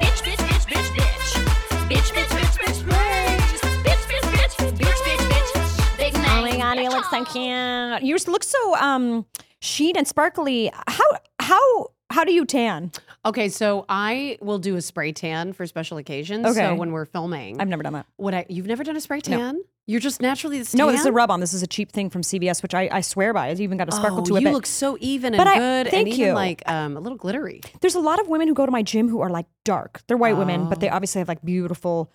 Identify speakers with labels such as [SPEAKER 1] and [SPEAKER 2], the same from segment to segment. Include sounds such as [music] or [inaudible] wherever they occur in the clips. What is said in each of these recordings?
[SPEAKER 1] Bitch, bitch, bitch, bitch, bitch. Bitch, bitch, bitch, bitch, bitch. Bitch, bitch, bitch, bitch, bitch, bitch. Big night.
[SPEAKER 2] Oh my god, you look so cute. You look so um sheen and sparkly. How how how do you tan?
[SPEAKER 3] Okay, so I will do a spray tan for special occasions.
[SPEAKER 2] Okay.
[SPEAKER 3] So when we're filming,
[SPEAKER 2] I've never done that.
[SPEAKER 3] what I you've never done a spray
[SPEAKER 2] No.
[SPEAKER 3] tan? You're just naturally this
[SPEAKER 2] No, this is a rub on. This is a cheap thing from CVS, which I, I swear by. It's even got a sparkle
[SPEAKER 3] oh,
[SPEAKER 2] to it.
[SPEAKER 3] You
[SPEAKER 2] but
[SPEAKER 3] look so even
[SPEAKER 2] But
[SPEAKER 3] and
[SPEAKER 2] I-
[SPEAKER 3] good,
[SPEAKER 2] thank
[SPEAKER 3] and even
[SPEAKER 2] you.
[SPEAKER 3] like um, a little glittery.
[SPEAKER 2] There's a lot of women who go to my gym who are like dark. They're white women, but they
[SPEAKER 3] Oh.
[SPEAKER 2] obviously have like beautiful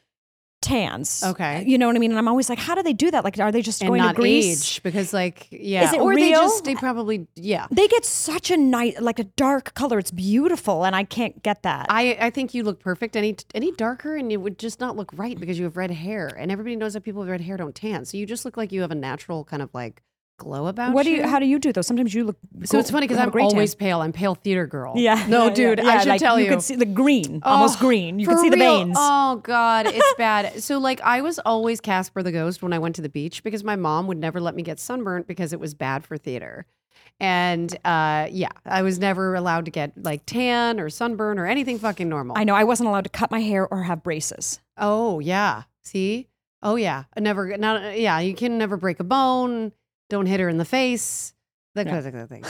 [SPEAKER 2] tans.
[SPEAKER 3] Okay.
[SPEAKER 2] You know what I mean? And I'm always like, how do they do that? Like, are they just
[SPEAKER 3] and
[SPEAKER 2] going
[SPEAKER 3] not
[SPEAKER 2] to Greece?
[SPEAKER 3] age because like yeah,
[SPEAKER 2] Is it
[SPEAKER 3] or they
[SPEAKER 2] real?
[SPEAKER 3] just they probably yeah.
[SPEAKER 2] They get such a nice, like a dark color. It's beautiful, and I can't get that.
[SPEAKER 3] I, I think you look perfect. Any any darker and it would just not look right because you have red hair, and everybody knows that people with red hair don't tan. So you just look like you have a natural kind of like glow about
[SPEAKER 2] what do
[SPEAKER 3] you.
[SPEAKER 2] you? How do you do though? Sometimes you look.
[SPEAKER 3] So it's funny because
[SPEAKER 2] have a
[SPEAKER 3] I'm
[SPEAKER 2] great tan.
[SPEAKER 3] always pale. I'm pale theater girl.
[SPEAKER 2] Yeah. [laughs]
[SPEAKER 3] No,
[SPEAKER 2] Yeah,
[SPEAKER 3] dude,
[SPEAKER 2] yeah,
[SPEAKER 3] I
[SPEAKER 2] yeah,
[SPEAKER 3] should
[SPEAKER 2] like,
[SPEAKER 3] tell you.
[SPEAKER 2] You could see the green, almost
[SPEAKER 3] Oh,
[SPEAKER 2] green. You
[SPEAKER 3] for
[SPEAKER 2] could see the
[SPEAKER 3] real.
[SPEAKER 2] veins.
[SPEAKER 3] Oh
[SPEAKER 2] [laughs]
[SPEAKER 3] God, it's bad. So like I was always Casper the Ghost when I went to the beach because my mom would never let me get sunburnt because it was bad for theater. And uh, yeah, I was never allowed to get like tan or sunburn or anything fucking normal.
[SPEAKER 2] I know. I wasn't allowed to cut my hair or have braces.
[SPEAKER 3] Oh yeah. See? Oh yeah. I Never not yeah, you can never break a bone. Don't hit her in the face. That kind
[SPEAKER 2] [laughs]
[SPEAKER 3] of thing.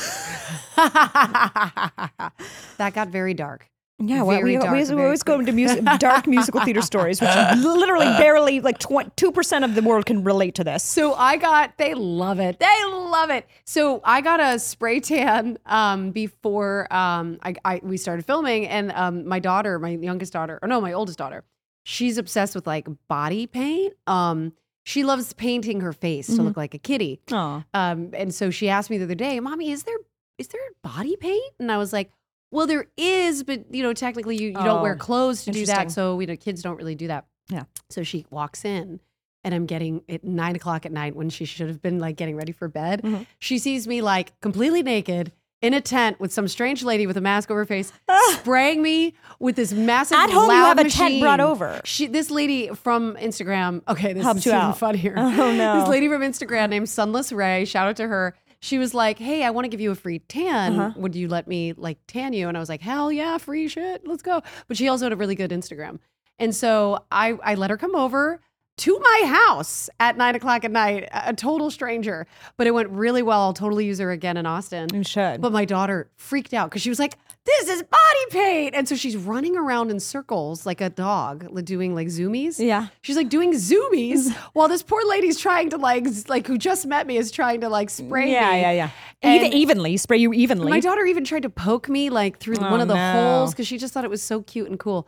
[SPEAKER 3] that got very dark.
[SPEAKER 2] Yeah, well, we,
[SPEAKER 3] Very dark,
[SPEAKER 2] we, always- we
[SPEAKER 3] very
[SPEAKER 2] always go
[SPEAKER 3] quick.
[SPEAKER 2] into music, [laughs] dark musical theater stories, [laughs] which literally barely like two percent of the world can relate to this.
[SPEAKER 3] So I got they love it. They love it. So I got a spray tan um before um I, I we started filming and um my daughter, my youngest daughter, or no, my oldest daughter, she's obsessed with like body paint. Um she loves painting her face to
[SPEAKER 2] Mhm.
[SPEAKER 3] look like a kitty.
[SPEAKER 2] Oh,
[SPEAKER 3] Um, and so she asked me the other day, "Mommy, is there is there body paint?" And I was like, "Well, there is, but you know, technically, you, you don't wear
[SPEAKER 2] Oh,
[SPEAKER 3] clothes to do
[SPEAKER 2] interesting.
[SPEAKER 3] that, so you know, kids don't really do that."
[SPEAKER 2] Yeah.
[SPEAKER 3] So she walks in, and I'm getting at nine o'clock at night when she should have been like getting ready for bed.
[SPEAKER 2] Mhm.
[SPEAKER 3] She sees me like completely naked. In a tent with some strange lady with a mask over her face,
[SPEAKER 2] Ah.
[SPEAKER 3] spraying me with this massive.
[SPEAKER 2] At home, you
[SPEAKER 3] loud
[SPEAKER 2] have a tent brought
[SPEAKER 3] machine.
[SPEAKER 2] over.
[SPEAKER 3] She, this lady from Instagram. Okay, this
[SPEAKER 2] Helped
[SPEAKER 3] is
[SPEAKER 2] you
[SPEAKER 3] even
[SPEAKER 2] out.
[SPEAKER 3] funnier.
[SPEAKER 2] Oh, no.
[SPEAKER 3] [laughs] this lady from Instagram named Sunless Ray. Shout out to her. She was like, "Hey, I want to give you a free tan.
[SPEAKER 2] Uh-huh.
[SPEAKER 3] Would you let me like tan you?" And I was like, "Hell yeah, free shit. Let's go." But she also had a really good Instagram, and so I I let her come over to my house at nine o'clock at night, a a total stranger. But it went really well. I'll totally use her again in Austin.
[SPEAKER 2] you should.
[SPEAKER 3] But my daughter freaked out because she was like, "This is body paint," and so she's running around in circles like a dog, like, doing like zoomies.
[SPEAKER 2] Yeah.
[SPEAKER 3] she's like
[SPEAKER 2] [laughs]
[SPEAKER 3] doing zoomies while this poor lady's trying to like, z- like who just met me is trying to like spray
[SPEAKER 2] yeah,
[SPEAKER 3] me.
[SPEAKER 2] yeah, yeah,
[SPEAKER 3] And-
[SPEAKER 2] Even, evenly spray you evenly.
[SPEAKER 3] My daughter even tried to poke me like through
[SPEAKER 2] Oh,
[SPEAKER 3] one of the
[SPEAKER 2] no.
[SPEAKER 3] holes because she just thought it was so cute and cool.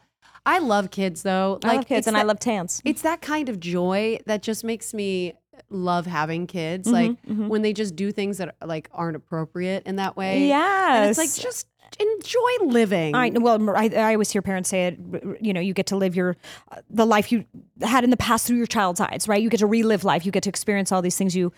[SPEAKER 3] I love kids though.
[SPEAKER 2] I love
[SPEAKER 3] it's
[SPEAKER 2] kids and I
[SPEAKER 3] that-
[SPEAKER 2] love tans.
[SPEAKER 3] it's that kind of joy that just makes me love having kids.
[SPEAKER 2] Mm-hmm,
[SPEAKER 3] like when they just do things that like aren't appropriate in that way. And it's like
[SPEAKER 2] Yes.
[SPEAKER 3] just enjoy living.
[SPEAKER 2] I well, I, I always hear parents say it. You know, you get to live your uh, the life you had in the past through your child's eyes, right? You get to relive life. You get to experience all these things you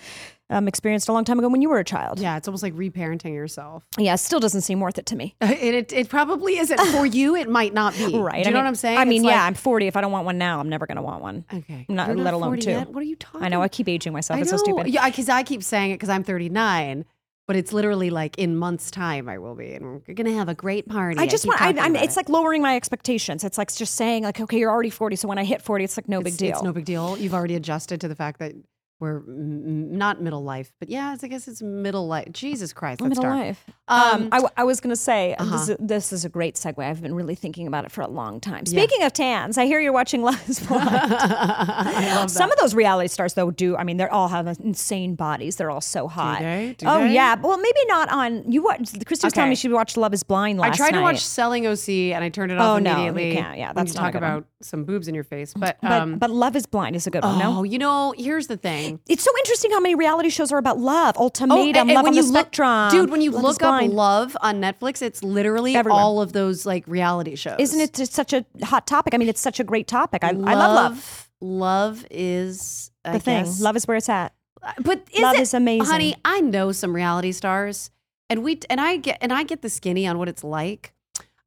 [SPEAKER 2] um, experienced a long time ago when you were a child.
[SPEAKER 3] Yeah, it's almost like reparenting yourself.
[SPEAKER 2] Yeah, it still doesn't seem worth it to
[SPEAKER 3] [laughs]
[SPEAKER 2] me.
[SPEAKER 3] It, it, it probably isn't for you. It might not be.
[SPEAKER 2] [laughs] Right? I
[SPEAKER 3] Do you know
[SPEAKER 2] mean-
[SPEAKER 3] what I'm saying?
[SPEAKER 2] I
[SPEAKER 3] It's
[SPEAKER 2] mean, yeah,
[SPEAKER 3] like-
[SPEAKER 2] I'm 40. If I don't want one now, I'm never going to want one.
[SPEAKER 3] okay.
[SPEAKER 2] I'm not-
[SPEAKER 3] You're
[SPEAKER 2] let alone
[SPEAKER 3] 40
[SPEAKER 2] two.
[SPEAKER 3] yet? What are you talking?
[SPEAKER 2] I know I keep aging myself.
[SPEAKER 3] I
[SPEAKER 2] It's so
[SPEAKER 3] know.
[SPEAKER 2] stupid.
[SPEAKER 3] Yeah, because I keep saying it because I'm 39, but it's literally like in months' time I will be, and we're gonna have a great party.
[SPEAKER 2] I just
[SPEAKER 3] keep
[SPEAKER 2] want. I,
[SPEAKER 3] talking
[SPEAKER 2] I'm,
[SPEAKER 3] about
[SPEAKER 2] it's like lowering my expectations. It's like just saying, like, okay, you're already 40, so when I hit 40, it's like no big
[SPEAKER 3] It's-
[SPEAKER 2] deal.
[SPEAKER 3] It's no big deal. You've already adjusted to the fact that we're m- m- not middle life, but yeah, it's, I guess it's middle life. Jesus Christ, that's
[SPEAKER 2] middle
[SPEAKER 3] dark.
[SPEAKER 2] life.
[SPEAKER 3] Um, Uh-huh.
[SPEAKER 2] Um, I, w- I was going to say this, is, this is a great segue. I've been really thinking about it for a long time. Speaking of tans, I hear you're watching [laughs] Love Is Blind.
[SPEAKER 3] [laughs] I love
[SPEAKER 2] Some of those reality stars, though, do I mean they all have insane bodies? They're all so hot.
[SPEAKER 3] they? Do
[SPEAKER 2] oh
[SPEAKER 3] they?
[SPEAKER 2] yeah. Well, maybe not on you. What Christy was telling
[SPEAKER 3] Okay.
[SPEAKER 2] me she watched Love Is Blind last
[SPEAKER 3] I tried
[SPEAKER 2] night.
[SPEAKER 3] to watch Selling OC and I turned it off
[SPEAKER 2] Oh, no, you
[SPEAKER 3] immediately.
[SPEAKER 2] can't. Yeah,
[SPEAKER 3] when
[SPEAKER 2] that's
[SPEAKER 3] you
[SPEAKER 2] not a good
[SPEAKER 3] talk
[SPEAKER 2] one.
[SPEAKER 3] about some boobs in your face, but
[SPEAKER 2] but,
[SPEAKER 3] um,
[SPEAKER 2] but Love Is Blind is a good one.
[SPEAKER 3] oh,
[SPEAKER 2] No,
[SPEAKER 3] you know, here's the thing. amazing.
[SPEAKER 2] It's so interesting how many reality shows are about love. Ultimatum,
[SPEAKER 3] Oh, and
[SPEAKER 2] Love on the
[SPEAKER 3] look-
[SPEAKER 2] Spectrum.
[SPEAKER 3] dude, when you
[SPEAKER 2] Love is
[SPEAKER 3] look up
[SPEAKER 2] Blind.
[SPEAKER 3] love on Netflix, it's literally
[SPEAKER 2] Everywhere.
[SPEAKER 3] all of those like reality shows.
[SPEAKER 2] isn't it just such a hot topic? I mean, it's such a great topic. I, I love love.
[SPEAKER 3] Love is I
[SPEAKER 2] The thing,
[SPEAKER 3] guess- uh,
[SPEAKER 2] love is where it's at.
[SPEAKER 3] but is
[SPEAKER 2] love
[SPEAKER 3] it,
[SPEAKER 2] is amazing.
[SPEAKER 3] honey? I know some reality stars, and we and I get and I get the skinny on what it's like.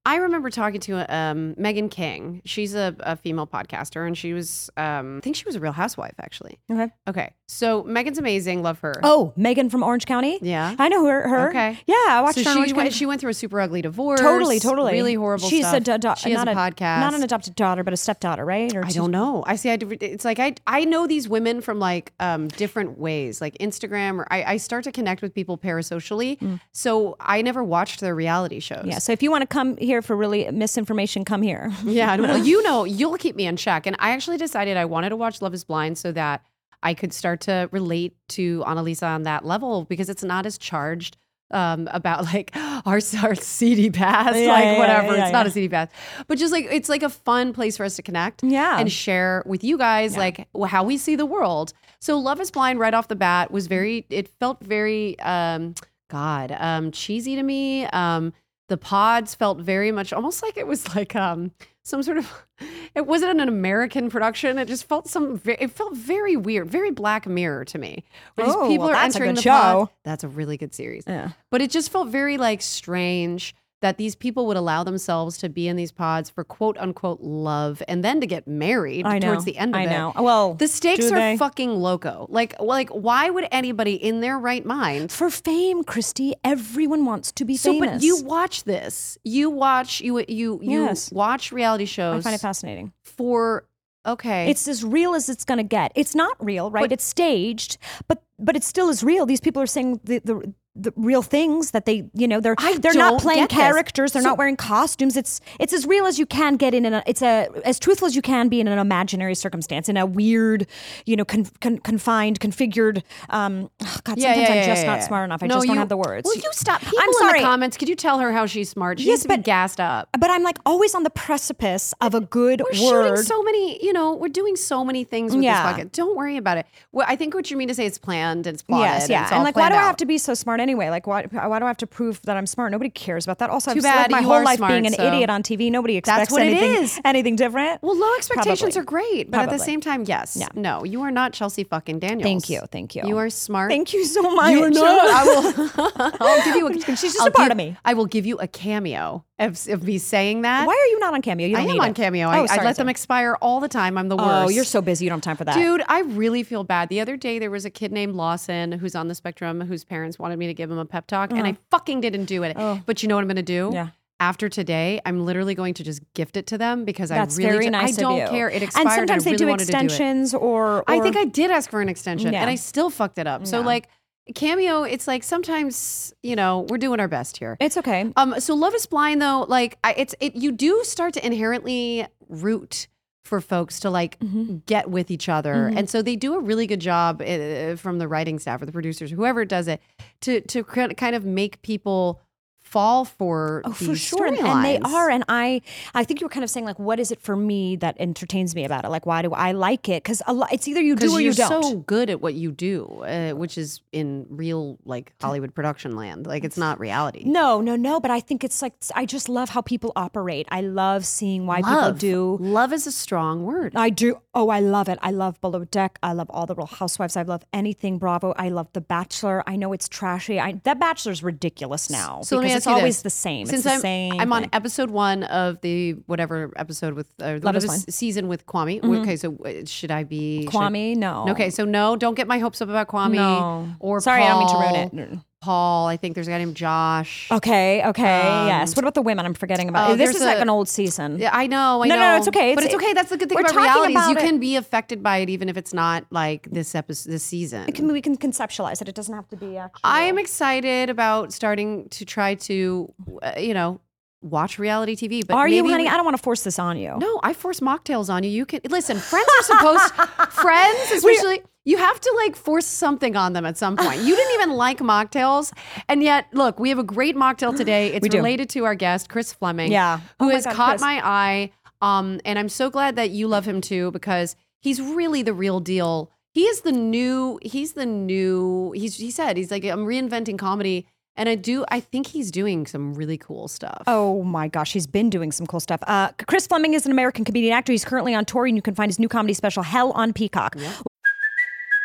[SPEAKER 3] I remember talking to um, Megan King. She's a, a female podcaster, and she was um, I think she was a Real Housewife actually.
[SPEAKER 2] Okay.
[SPEAKER 3] Okay, so Megan's amazing. Love her.
[SPEAKER 2] Oh, Megan from Orange County.
[SPEAKER 3] yeah.
[SPEAKER 2] I know her. her.
[SPEAKER 3] Okay.
[SPEAKER 2] Yeah, I watched
[SPEAKER 3] So
[SPEAKER 2] her. on
[SPEAKER 3] she
[SPEAKER 2] Orange County.
[SPEAKER 3] went, she went through a super ugly divorce.
[SPEAKER 2] Totally, totally.
[SPEAKER 3] Really horrible
[SPEAKER 2] She's
[SPEAKER 3] stuff.
[SPEAKER 2] A da- da-
[SPEAKER 3] she has
[SPEAKER 2] not
[SPEAKER 3] a, podcast.
[SPEAKER 2] Not an adopted daughter, but a stepdaughter, right? Or
[SPEAKER 3] I
[SPEAKER 2] she's-
[SPEAKER 3] don't know. I see. I, it's like I I know these women from like um, different ways, like Instagram, or I, I start to connect with people parasocially.
[SPEAKER 2] Mm.
[SPEAKER 3] So I never watched their reality shows.
[SPEAKER 2] Yeah. So if you want to come here for really misinformation, come here.
[SPEAKER 3] [laughs] Yeah. and, Well,
[SPEAKER 2] [laughs]
[SPEAKER 3] you know, you'll keep me in check. And I actually decided I wanted to watch Love Is Blind so that I could start to relate to Annalisa on that level because it's not as charged. Um, about like [gasps] our, our seedy past,
[SPEAKER 2] Yeah,
[SPEAKER 3] like
[SPEAKER 2] yeah, yeah,
[SPEAKER 3] whatever.
[SPEAKER 2] yeah,
[SPEAKER 3] it's not
[SPEAKER 2] yeah.
[SPEAKER 3] a seedy past, but just like it's like a fun place for us to connect
[SPEAKER 2] Yeah.
[SPEAKER 3] and share with you guys like wh- how we see the world. So Love is Blind right off the bat was very it felt very um god, um cheesy to me. Um the pods felt very much almost like it was like um some sort of [laughs] it wasn't an American production. It just felt some ve- it felt very weird, very black mirror to me. Where these
[SPEAKER 2] Oh,
[SPEAKER 3] people
[SPEAKER 2] well,
[SPEAKER 3] are
[SPEAKER 2] that's a
[SPEAKER 3] entering
[SPEAKER 2] good
[SPEAKER 3] the
[SPEAKER 2] show.
[SPEAKER 3] pods. That's a really good series.
[SPEAKER 2] yeah.
[SPEAKER 3] But it just felt very like strange that these people would allow themselves to be in these pods for quote unquote love and then to get married
[SPEAKER 2] I know.
[SPEAKER 3] towards the end of
[SPEAKER 2] I
[SPEAKER 3] it.
[SPEAKER 2] know. Well,
[SPEAKER 3] The stakes
[SPEAKER 2] do
[SPEAKER 3] are
[SPEAKER 2] they?
[SPEAKER 3] fucking loco. Like like why would anybody in their right mind
[SPEAKER 2] for fame, Christy. Everyone wants to be
[SPEAKER 3] so
[SPEAKER 2] famous.
[SPEAKER 3] but you watch this. You watch you you you
[SPEAKER 2] Yes.
[SPEAKER 3] watch reality
[SPEAKER 2] I
[SPEAKER 3] shows
[SPEAKER 2] find it fascinating.
[SPEAKER 3] for okay.
[SPEAKER 2] It's as real as it's going to get. It's not real, right?
[SPEAKER 3] But-
[SPEAKER 2] it's staged, but but it still is real. These people are saying the the, the real things that they, you know, they're
[SPEAKER 3] I
[SPEAKER 2] they're
[SPEAKER 3] don't
[SPEAKER 2] not playing
[SPEAKER 3] get this.
[SPEAKER 2] characters. They're
[SPEAKER 3] So-
[SPEAKER 2] not wearing costumes. It's it's as real as you can get in an it's a as truthful as you can be in an imaginary circumstance in a weird, you know, con, con, confined, configured. Um, oh God, sometimes
[SPEAKER 3] Yeah, yeah,
[SPEAKER 2] I'm
[SPEAKER 3] yeah,
[SPEAKER 2] just
[SPEAKER 3] yeah,
[SPEAKER 2] not
[SPEAKER 3] yeah.
[SPEAKER 2] smart enough. I
[SPEAKER 3] No,
[SPEAKER 2] just don't
[SPEAKER 3] you-
[SPEAKER 2] have the words.
[SPEAKER 3] Will you stop? People
[SPEAKER 2] I'm
[SPEAKER 3] in
[SPEAKER 2] sorry.
[SPEAKER 3] the comments, could you tell her how she's smart? She
[SPEAKER 2] Yes,
[SPEAKER 3] needs to be
[SPEAKER 2] but-
[SPEAKER 3] gassed up.
[SPEAKER 2] but I'm like always on the precipice of a good
[SPEAKER 3] We're
[SPEAKER 2] word.
[SPEAKER 3] shooting so many, you know, we're doing so many things with
[SPEAKER 2] Yeah.
[SPEAKER 3] this bucket. Don't worry about it. Well, I think what you mean to say it's planned and it's plotted.
[SPEAKER 2] Yes, yeah.
[SPEAKER 3] And, it's
[SPEAKER 2] And
[SPEAKER 3] all
[SPEAKER 2] like, why
[SPEAKER 3] planned
[SPEAKER 2] do I have
[SPEAKER 3] out.
[SPEAKER 2] to be so smart anyway? Like, why, why do I have to prove that I'm smart? Nobody cares about that. Also, I've
[SPEAKER 3] Too
[SPEAKER 2] spent
[SPEAKER 3] bad
[SPEAKER 2] my
[SPEAKER 3] you
[SPEAKER 2] whole
[SPEAKER 3] are
[SPEAKER 2] life being an
[SPEAKER 3] smart, so-
[SPEAKER 2] idiot on TV. Nobody expects
[SPEAKER 3] That's what it
[SPEAKER 2] anything,
[SPEAKER 3] is.
[SPEAKER 2] anything different.
[SPEAKER 3] Well, low expectations
[SPEAKER 2] Probably.
[SPEAKER 3] are great, but at the
[SPEAKER 2] Probably.
[SPEAKER 3] same time, yes. No, you are not Chelsea fucking Daniels.
[SPEAKER 2] Thank you, thank you.
[SPEAKER 3] You are smart.
[SPEAKER 2] Thank you so much. [laughs]
[SPEAKER 3] You are not. I will. I'll give you. A,
[SPEAKER 2] She's just
[SPEAKER 3] [laughs] I'll
[SPEAKER 2] a part
[SPEAKER 3] give-
[SPEAKER 2] of me.
[SPEAKER 3] I will give you a cameo of, of me saying that.
[SPEAKER 2] Why are you not on Cameo? You
[SPEAKER 3] I
[SPEAKER 2] don't
[SPEAKER 3] am
[SPEAKER 2] need
[SPEAKER 3] on
[SPEAKER 2] it.
[SPEAKER 3] cameo.
[SPEAKER 2] Oh,
[SPEAKER 3] I, I
[SPEAKER 2] sorry,
[SPEAKER 3] let
[SPEAKER 2] sorry.
[SPEAKER 3] them expire all the time. I'm the worst.
[SPEAKER 2] Oh, you're so busy. You don't have time for that.
[SPEAKER 3] Dude, I really feel bad. The other day, there was a kid named Lawson who's on the spectrum whose parents wanted me to give him a pep talk, and I fucking didn't do it. But you know what I'm going to do?
[SPEAKER 2] Mm. Oh. Yeah.
[SPEAKER 3] After today, I'm literally going to just gift it to them because
[SPEAKER 2] that's
[SPEAKER 3] I really
[SPEAKER 2] very
[SPEAKER 3] ju-
[SPEAKER 2] nice.
[SPEAKER 3] I don't
[SPEAKER 2] of you.
[SPEAKER 3] care. It expired.
[SPEAKER 2] And sometimes
[SPEAKER 3] I
[SPEAKER 2] they
[SPEAKER 3] really
[SPEAKER 2] do
[SPEAKER 3] wanted to do it.
[SPEAKER 2] extensions or,
[SPEAKER 3] I
[SPEAKER 2] or-
[SPEAKER 3] think I did ask for an extension,
[SPEAKER 2] Yeah.
[SPEAKER 3] and I still fucked it up. So
[SPEAKER 2] Yeah.
[SPEAKER 3] like cameo, it's like sometimes you know we're doing our best here.
[SPEAKER 2] it's okay.
[SPEAKER 3] Um, so Love Is Blind though, like I, it's it you do start to inherently root for folks to like
[SPEAKER 2] Mm-hmm.
[SPEAKER 3] get with each other, and so they do a really good job uh, from the writing staff or the producers, whoever does it, to to cr- kind of make people fall for
[SPEAKER 2] Oh,
[SPEAKER 3] these
[SPEAKER 2] for sure, and, and they
[SPEAKER 3] storylines.
[SPEAKER 2] are. And I, I think you were kind of saying like, what is it for me that entertains me about it? Like, why do I like it? Because a lot, it's either you do
[SPEAKER 3] Because
[SPEAKER 2] or
[SPEAKER 3] you're
[SPEAKER 2] you don't.
[SPEAKER 3] so good at what you do, uh, which is in real like Hollywood production land. Like it's not reality.
[SPEAKER 2] No, no, no. But I think it's like I just love how people operate. I love seeing why
[SPEAKER 3] love
[SPEAKER 2] people do.
[SPEAKER 3] love is a strong word.
[SPEAKER 2] I do. Oh, I love it. I love Below Deck. I love all the Real Housewives. I love anything Bravo. I love The Bachelor. I know it's trashy. I, that Bachelor's ridiculous now
[SPEAKER 3] So let me
[SPEAKER 2] because
[SPEAKER 3] ask
[SPEAKER 2] it's
[SPEAKER 3] you
[SPEAKER 2] always
[SPEAKER 3] this.
[SPEAKER 2] the same.
[SPEAKER 3] Since
[SPEAKER 2] it's the
[SPEAKER 3] I'm,
[SPEAKER 2] same.
[SPEAKER 3] I'm on
[SPEAKER 2] thing.
[SPEAKER 3] episode one of the whatever episode with uh,
[SPEAKER 2] Love is
[SPEAKER 3] whatever
[SPEAKER 2] Blind. Mm-hmm.
[SPEAKER 3] s- season with Kwame. Okay, so uh, should I be should-
[SPEAKER 2] Kwame. No.
[SPEAKER 3] Okay, so no, don't get my hopes up about Kwame
[SPEAKER 2] No.
[SPEAKER 3] or
[SPEAKER 2] Sorry, I
[SPEAKER 3] Paul.
[SPEAKER 2] don't mean to ruin it. Oh.
[SPEAKER 3] Paul, I think there's a guy named Josh.
[SPEAKER 2] Okay. Okay.
[SPEAKER 3] Um,
[SPEAKER 2] yes. What about the women? I'm forgetting about.
[SPEAKER 3] oh,
[SPEAKER 2] this
[SPEAKER 3] there's
[SPEAKER 2] is like
[SPEAKER 3] a-
[SPEAKER 2] an old season.
[SPEAKER 3] Yeah, I know, I
[SPEAKER 2] No,
[SPEAKER 3] know.
[SPEAKER 2] no, no, it's okay.
[SPEAKER 3] But
[SPEAKER 2] It's-
[SPEAKER 3] it's okay. That's the good thing
[SPEAKER 2] we're
[SPEAKER 3] about
[SPEAKER 2] talking
[SPEAKER 3] realities. you
[SPEAKER 2] about it.
[SPEAKER 3] can be affected by it even if it's not like this episode, this season.
[SPEAKER 2] Can- we can conceptualize it. It doesn't have to be actually.
[SPEAKER 3] I am excited about starting to try to, uh, you know, watch reality TV. But
[SPEAKER 2] Are you,
[SPEAKER 3] maybe
[SPEAKER 2] honey?
[SPEAKER 3] we-
[SPEAKER 2] I don't want to force this on you.
[SPEAKER 3] No, I force mocktails on you. You can listen. Friends
[SPEAKER 2] [laughs]
[SPEAKER 3] are supposed friends, especially. you have to like force something on them at some point. You didn't even like mocktails, and yet look, we have a great
[SPEAKER 2] [gasps]
[SPEAKER 3] mocktail today. It's
[SPEAKER 2] do.
[SPEAKER 3] related to our guest Chris Fleming,
[SPEAKER 2] Yeah. Oh
[SPEAKER 3] who
[SPEAKER 2] my
[SPEAKER 3] has
[SPEAKER 2] God,
[SPEAKER 3] caught
[SPEAKER 2] Chris.
[SPEAKER 3] my eye. Um, and I'm so glad that you love him too because he's really the real deal. He is the new. He's the new. He's he said he's like I'm reinventing comedy, and I do. I think he's doing some really cool stuff.
[SPEAKER 2] Oh my gosh, he's been doing some cool stuff. Uh, Chris Fleming is an American comedian actor. He's currently on tour, and you can find his new comedy special, Hell on Peacock.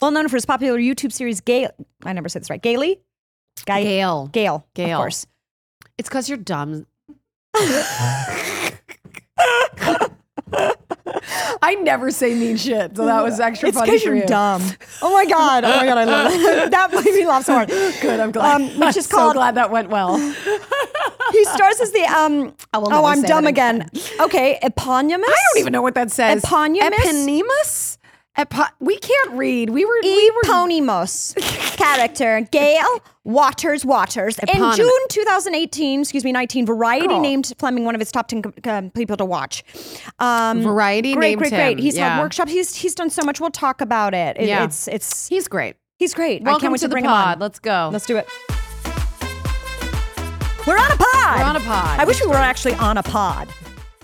[SPEAKER 2] Well known for his popular YouTube series, Gale. I never said this right. Gaily? Guy-
[SPEAKER 3] Gail.
[SPEAKER 2] Gale. Of
[SPEAKER 3] Gale.
[SPEAKER 2] course.
[SPEAKER 3] It's because you're dumb. I never say mean shit, so that was extra
[SPEAKER 2] It's
[SPEAKER 3] funny
[SPEAKER 2] because
[SPEAKER 3] for
[SPEAKER 2] you're
[SPEAKER 3] you.
[SPEAKER 2] dumb. Oh my god. Oh my god. I love that. [laughs] that made me laugh so hard.
[SPEAKER 3] Good, I'm glad.
[SPEAKER 2] Um, which
[SPEAKER 3] [laughs] I'm
[SPEAKER 2] is called.
[SPEAKER 3] so glad that went well.
[SPEAKER 2] He stars as the um.
[SPEAKER 3] I will
[SPEAKER 2] oh,
[SPEAKER 3] never
[SPEAKER 2] I'm
[SPEAKER 3] say
[SPEAKER 2] dumb
[SPEAKER 3] that
[SPEAKER 2] again. Okay, eponymous.
[SPEAKER 3] I don't even know what that says.
[SPEAKER 2] Eponymous?
[SPEAKER 3] Eponymous? Epo- we can't read. We were. we were.
[SPEAKER 2] Eponymous character Gail Waters Waters. In
[SPEAKER 3] Eponymous.
[SPEAKER 2] June 2018, excuse me, 19, Variety
[SPEAKER 3] Girl.
[SPEAKER 2] named Fleming one of its top 10 co- um, people to watch. Um,
[SPEAKER 3] Variety
[SPEAKER 2] great,
[SPEAKER 3] named
[SPEAKER 2] great, great.
[SPEAKER 3] him.
[SPEAKER 2] He's had
[SPEAKER 3] Yeah.
[SPEAKER 2] workshops. He's he's done so much. We'll talk about it. It-
[SPEAKER 3] Yeah.
[SPEAKER 2] It's it's
[SPEAKER 3] He's great.
[SPEAKER 2] he's great. I
[SPEAKER 3] Welcome
[SPEAKER 2] can't wait
[SPEAKER 3] to,
[SPEAKER 2] to,
[SPEAKER 3] the
[SPEAKER 2] bring
[SPEAKER 3] pod.
[SPEAKER 2] him on.
[SPEAKER 3] Let's go.
[SPEAKER 2] Let's do it. We're on a pod.
[SPEAKER 3] We're on a pod.
[SPEAKER 2] I wish we were actually on a pod,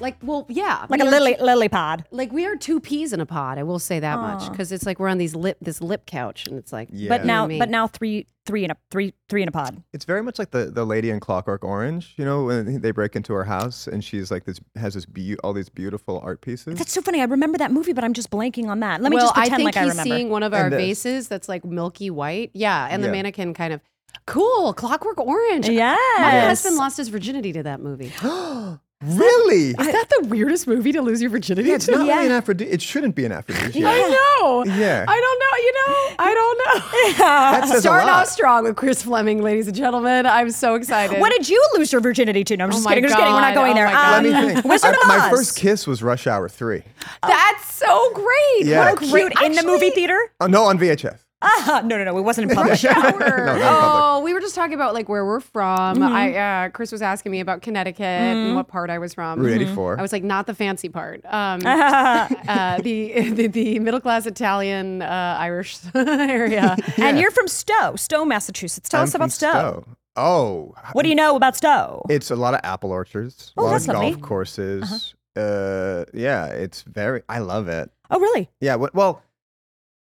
[SPEAKER 3] like, well, yeah,
[SPEAKER 2] like
[SPEAKER 3] we
[SPEAKER 2] a
[SPEAKER 3] are-
[SPEAKER 2] lily lily pod.
[SPEAKER 3] Like we are two peas in a pod. I will say that much because it's like we're on these lip this lip couch, and it's like
[SPEAKER 4] Yeah.
[SPEAKER 2] But now,
[SPEAKER 3] me.
[SPEAKER 2] but now three three in a three three in a pod.
[SPEAKER 4] It's very much like the, the lady in Clockwork Orange, you know, when they break into her house and she's like this has this beau all these beautiful art pieces.
[SPEAKER 2] That's so funny. I remember that movie, but I'm just blanking on that. Let me
[SPEAKER 3] well,
[SPEAKER 2] just pretend
[SPEAKER 3] I think
[SPEAKER 2] like I
[SPEAKER 3] he's
[SPEAKER 2] remember.
[SPEAKER 3] seeing one of
[SPEAKER 4] And
[SPEAKER 3] our
[SPEAKER 4] this.
[SPEAKER 3] vases that's like milky white. Yeah, and the
[SPEAKER 4] Yeah.
[SPEAKER 3] mannequin kind of cool, clockwork orange.
[SPEAKER 2] yes.
[SPEAKER 3] My husband lost his virginity to that movie. [gasps] Is
[SPEAKER 4] really?
[SPEAKER 3] that the weirdest movie to lose your virginity
[SPEAKER 4] Yeah, it's not
[SPEAKER 2] Yeah.
[SPEAKER 4] really an aphrodisiac. It shouldn't be an aphrodisiac.
[SPEAKER 3] I know.
[SPEAKER 4] Yeah.
[SPEAKER 3] I don't know. You know, I
[SPEAKER 2] [laughs]
[SPEAKER 3] don't know. [laughs]
[SPEAKER 4] That says a
[SPEAKER 3] Starting
[SPEAKER 4] lot.
[SPEAKER 3] off strong with Chris Fleming, ladies and gentlemen. I'm so excited.
[SPEAKER 2] What did you lose your virginity to? No, I'm just
[SPEAKER 3] my
[SPEAKER 2] kidding. I'm Just kidding. We're not
[SPEAKER 3] God.
[SPEAKER 2] going
[SPEAKER 3] Oh
[SPEAKER 2] there.
[SPEAKER 3] my God.
[SPEAKER 4] Let me think.
[SPEAKER 2] Wizard
[SPEAKER 4] I-
[SPEAKER 2] of
[SPEAKER 4] my
[SPEAKER 2] Oz.
[SPEAKER 4] first kiss was Rush Hour 3.
[SPEAKER 3] That's so great.
[SPEAKER 4] Yeah.
[SPEAKER 3] What a
[SPEAKER 2] Cute
[SPEAKER 3] great.
[SPEAKER 2] in the movie theater?
[SPEAKER 4] Oh, no, on VHS.
[SPEAKER 2] Uh-huh. No, no, no. It wasn't in
[SPEAKER 3] [laughs]
[SPEAKER 2] public.
[SPEAKER 4] [laughs]
[SPEAKER 2] [laughs]
[SPEAKER 4] no, not in public.
[SPEAKER 3] Oh, we were just talking about like where we're from.
[SPEAKER 2] Mm-hmm.
[SPEAKER 3] I uh, Chris was asking me about Connecticut and what part I was from.
[SPEAKER 2] Mm-hmm.
[SPEAKER 4] Route 84.
[SPEAKER 3] I was like, not the fancy part.
[SPEAKER 2] [laughs]
[SPEAKER 3] Um, uh, the [laughs] the, the middle class Italian uh, Irish [laughs] area.
[SPEAKER 2] And you're from Stowe, Stowe, Massachusetts. Tell
[SPEAKER 4] I'm
[SPEAKER 2] us
[SPEAKER 4] from
[SPEAKER 2] about Stowe.
[SPEAKER 4] Stowe. Oh,
[SPEAKER 2] What do you know about Stowe?
[SPEAKER 4] It's a lot of apple orchards,
[SPEAKER 2] Oh,
[SPEAKER 4] a lot
[SPEAKER 2] that's
[SPEAKER 4] of golf
[SPEAKER 2] lovely. Uh-huh.
[SPEAKER 4] courses. uh yeah, it's very. I love it.
[SPEAKER 2] oh, really?
[SPEAKER 4] Yeah. wh- Well,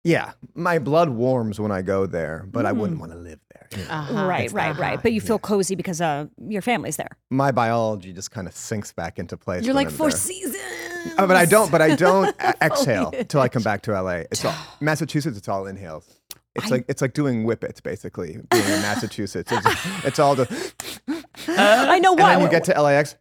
[SPEAKER 4] yeah, my blood warms when I go there, but I
[SPEAKER 3] Mm.
[SPEAKER 4] wouldn't want to live there. you know.
[SPEAKER 3] Uh-huh.
[SPEAKER 2] right, right, right. But you feel cozy because uh, your family's there.
[SPEAKER 4] My biology just kind of sinks back into place.
[SPEAKER 3] You're
[SPEAKER 4] when
[SPEAKER 3] like
[SPEAKER 4] I'm
[SPEAKER 3] four
[SPEAKER 4] there.
[SPEAKER 3] seasons.
[SPEAKER 4] Oh, but I don't. But
[SPEAKER 3] [laughs]
[SPEAKER 4] I don't e- exhale till I come back to LA. It's all, Massachusetts. It's all inhales. It's like it's like doing whippets basically. Being in
[SPEAKER 3] [laughs]
[SPEAKER 4] Massachusetts, it's, it's all the.
[SPEAKER 2] I know
[SPEAKER 4] And
[SPEAKER 2] why.
[SPEAKER 4] then you get to LAX.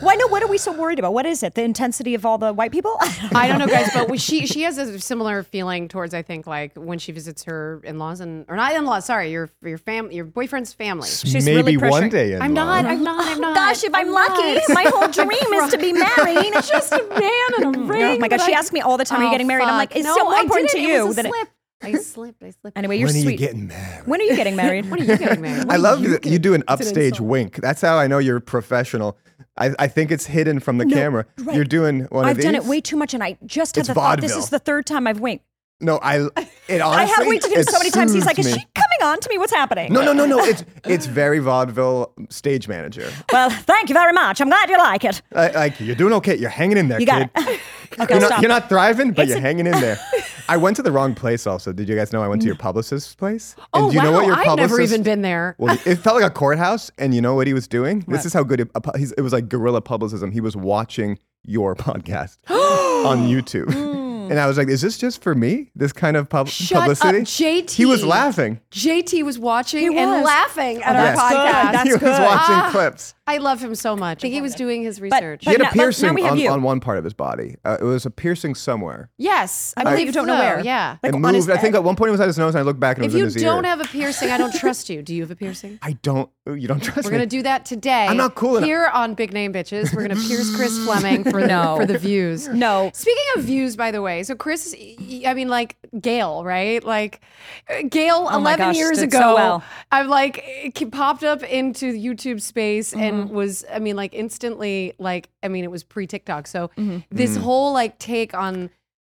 [SPEAKER 2] why no? What are we so worried about? What is it? The intensity of all the white people? [laughs]
[SPEAKER 3] I don't know, guys, but
[SPEAKER 4] [laughs]
[SPEAKER 3] we- she she has a similar feeling towards I think like when she visits her in laws and or not in laws. Sorry, your your fam your boyfriend's family.
[SPEAKER 2] She's
[SPEAKER 4] Maybe
[SPEAKER 2] really
[SPEAKER 4] one
[SPEAKER 2] pressuring-
[SPEAKER 4] day. In
[SPEAKER 3] I'm
[SPEAKER 4] love.
[SPEAKER 3] not. I'm not. I'm not.
[SPEAKER 2] Oh, Gosh, if I'm, lucky, my
[SPEAKER 3] [laughs]
[SPEAKER 2] whole dream is to be married. It's just a man and a ring. [laughs] Oh my gosh, she asked me all the time, "Are you
[SPEAKER 3] Oh,
[SPEAKER 2] getting married?" I'm
[SPEAKER 3] fuck.
[SPEAKER 2] like, "It's
[SPEAKER 3] No,
[SPEAKER 2] so
[SPEAKER 3] I
[SPEAKER 2] important to
[SPEAKER 3] didn't.
[SPEAKER 2] you."
[SPEAKER 3] It was a
[SPEAKER 2] that it-
[SPEAKER 3] slip.
[SPEAKER 2] [laughs]
[SPEAKER 3] I slipped. I slipped.
[SPEAKER 2] anyway, you're
[SPEAKER 4] when are you
[SPEAKER 2] sweet.
[SPEAKER 4] getting married?
[SPEAKER 2] when are you
[SPEAKER 3] [laughs]
[SPEAKER 2] getting married?
[SPEAKER 3] When are you getting married?
[SPEAKER 4] [laughs] I
[SPEAKER 3] When
[SPEAKER 4] love
[SPEAKER 3] are
[SPEAKER 4] that
[SPEAKER 3] getting-
[SPEAKER 4] you do an
[SPEAKER 3] It's
[SPEAKER 4] upstage
[SPEAKER 3] insult.
[SPEAKER 4] wink. That's how I know you're a professional. I, I think it's hidden from the camera. You're doing one
[SPEAKER 2] I've
[SPEAKER 4] of these.
[SPEAKER 2] done it way too much, and I just had
[SPEAKER 4] It's
[SPEAKER 2] the thought. This
[SPEAKER 4] vaudeville.
[SPEAKER 2] is the third time I've winked.
[SPEAKER 4] no, I.
[SPEAKER 2] [laughs]
[SPEAKER 4] It honestly.
[SPEAKER 2] I have winked at him
[SPEAKER 4] it
[SPEAKER 2] so many times. He's like,
[SPEAKER 4] soothes
[SPEAKER 2] "Is
[SPEAKER 4] me.
[SPEAKER 2] she coming on to me? What's happening?"
[SPEAKER 4] No, no, no,
[SPEAKER 2] [laughs]
[SPEAKER 4] no. It's it's very vaudeville stage manager.
[SPEAKER 2] Well, thank you very much. I'm glad you like it.
[SPEAKER 4] I, like you're doing okay. You're hanging in there,
[SPEAKER 2] You
[SPEAKER 4] kid.
[SPEAKER 2] got it. [laughs] Okay,
[SPEAKER 4] you're, not,
[SPEAKER 2] stop.
[SPEAKER 4] you're not thriving, but
[SPEAKER 2] It's
[SPEAKER 4] you're
[SPEAKER 2] a-
[SPEAKER 4] hanging in there.
[SPEAKER 2] [laughs]
[SPEAKER 4] I went to the wrong place. Also, did you guys know I went to your publicist's place?
[SPEAKER 3] Oh,
[SPEAKER 4] and do you know
[SPEAKER 3] wow,
[SPEAKER 4] what your
[SPEAKER 3] I've
[SPEAKER 4] publicist?
[SPEAKER 3] never even been there.
[SPEAKER 4] Well,
[SPEAKER 2] [laughs]
[SPEAKER 4] it felt like a courthouse, and you know what he was doing? This is how good it, a pu- he's, it was like guerrilla publicism. He was watching
[SPEAKER 2] [gasps]
[SPEAKER 4] your [laughs] podcast on YouTube,
[SPEAKER 2] Hmm.
[SPEAKER 4] and I was like, "Is this just for me? This kind of pub-
[SPEAKER 3] Shut up,
[SPEAKER 4] publicity?"
[SPEAKER 3] JT.
[SPEAKER 4] He was laughing.
[SPEAKER 3] JT was watching
[SPEAKER 2] He
[SPEAKER 3] and
[SPEAKER 2] was.
[SPEAKER 3] laughing at
[SPEAKER 2] Oh,
[SPEAKER 3] our
[SPEAKER 2] that's good.
[SPEAKER 3] podcast.
[SPEAKER 2] That's
[SPEAKER 4] [laughs] he was
[SPEAKER 2] good.
[SPEAKER 4] watching
[SPEAKER 3] Ah.
[SPEAKER 4] clips.
[SPEAKER 3] I love him so much. I think he was doing his research.
[SPEAKER 4] He had
[SPEAKER 2] now-
[SPEAKER 4] a
[SPEAKER 2] now- now we
[SPEAKER 4] piercing
[SPEAKER 2] have
[SPEAKER 4] on,
[SPEAKER 2] you.
[SPEAKER 4] on one part of his body. Uh, it was a piercing somewhere.
[SPEAKER 3] yes, I
[SPEAKER 2] believe
[SPEAKER 3] believe
[SPEAKER 2] you don't know
[SPEAKER 3] so,
[SPEAKER 2] where.
[SPEAKER 3] Yeah.
[SPEAKER 2] Like
[SPEAKER 4] it
[SPEAKER 2] on his
[SPEAKER 4] moved. I think at one point it was at his nose, and I looked back and
[SPEAKER 3] if
[SPEAKER 4] it was
[SPEAKER 3] you
[SPEAKER 4] in his
[SPEAKER 3] don't
[SPEAKER 4] ear.
[SPEAKER 3] have a piercing, I don't trust you. Do you have a piercing?
[SPEAKER 4] I don't. You don't trust
[SPEAKER 3] We're
[SPEAKER 4] me.
[SPEAKER 3] gonna do that today.
[SPEAKER 4] I'm not cool enough.
[SPEAKER 3] here
[SPEAKER 4] [laughs]
[SPEAKER 3] on Big Name Bitches. We're gonna pierce Chris Fleming for the for the views.
[SPEAKER 2] No.
[SPEAKER 3] Speaking of views, by the way, anyway, so Chris, is- I mean, like Gail, right? Like uh, Gail,
[SPEAKER 2] Oh my
[SPEAKER 3] eleven
[SPEAKER 2] gosh,
[SPEAKER 3] years
[SPEAKER 2] did
[SPEAKER 3] ago,
[SPEAKER 2] so well.
[SPEAKER 3] I've like it popped up into the YouTube space
[SPEAKER 2] Mm-hmm.
[SPEAKER 3] and was, I mean, like instantly, like I mean, it was pre TikTok. So
[SPEAKER 2] Mm-hmm.
[SPEAKER 3] this whole like take on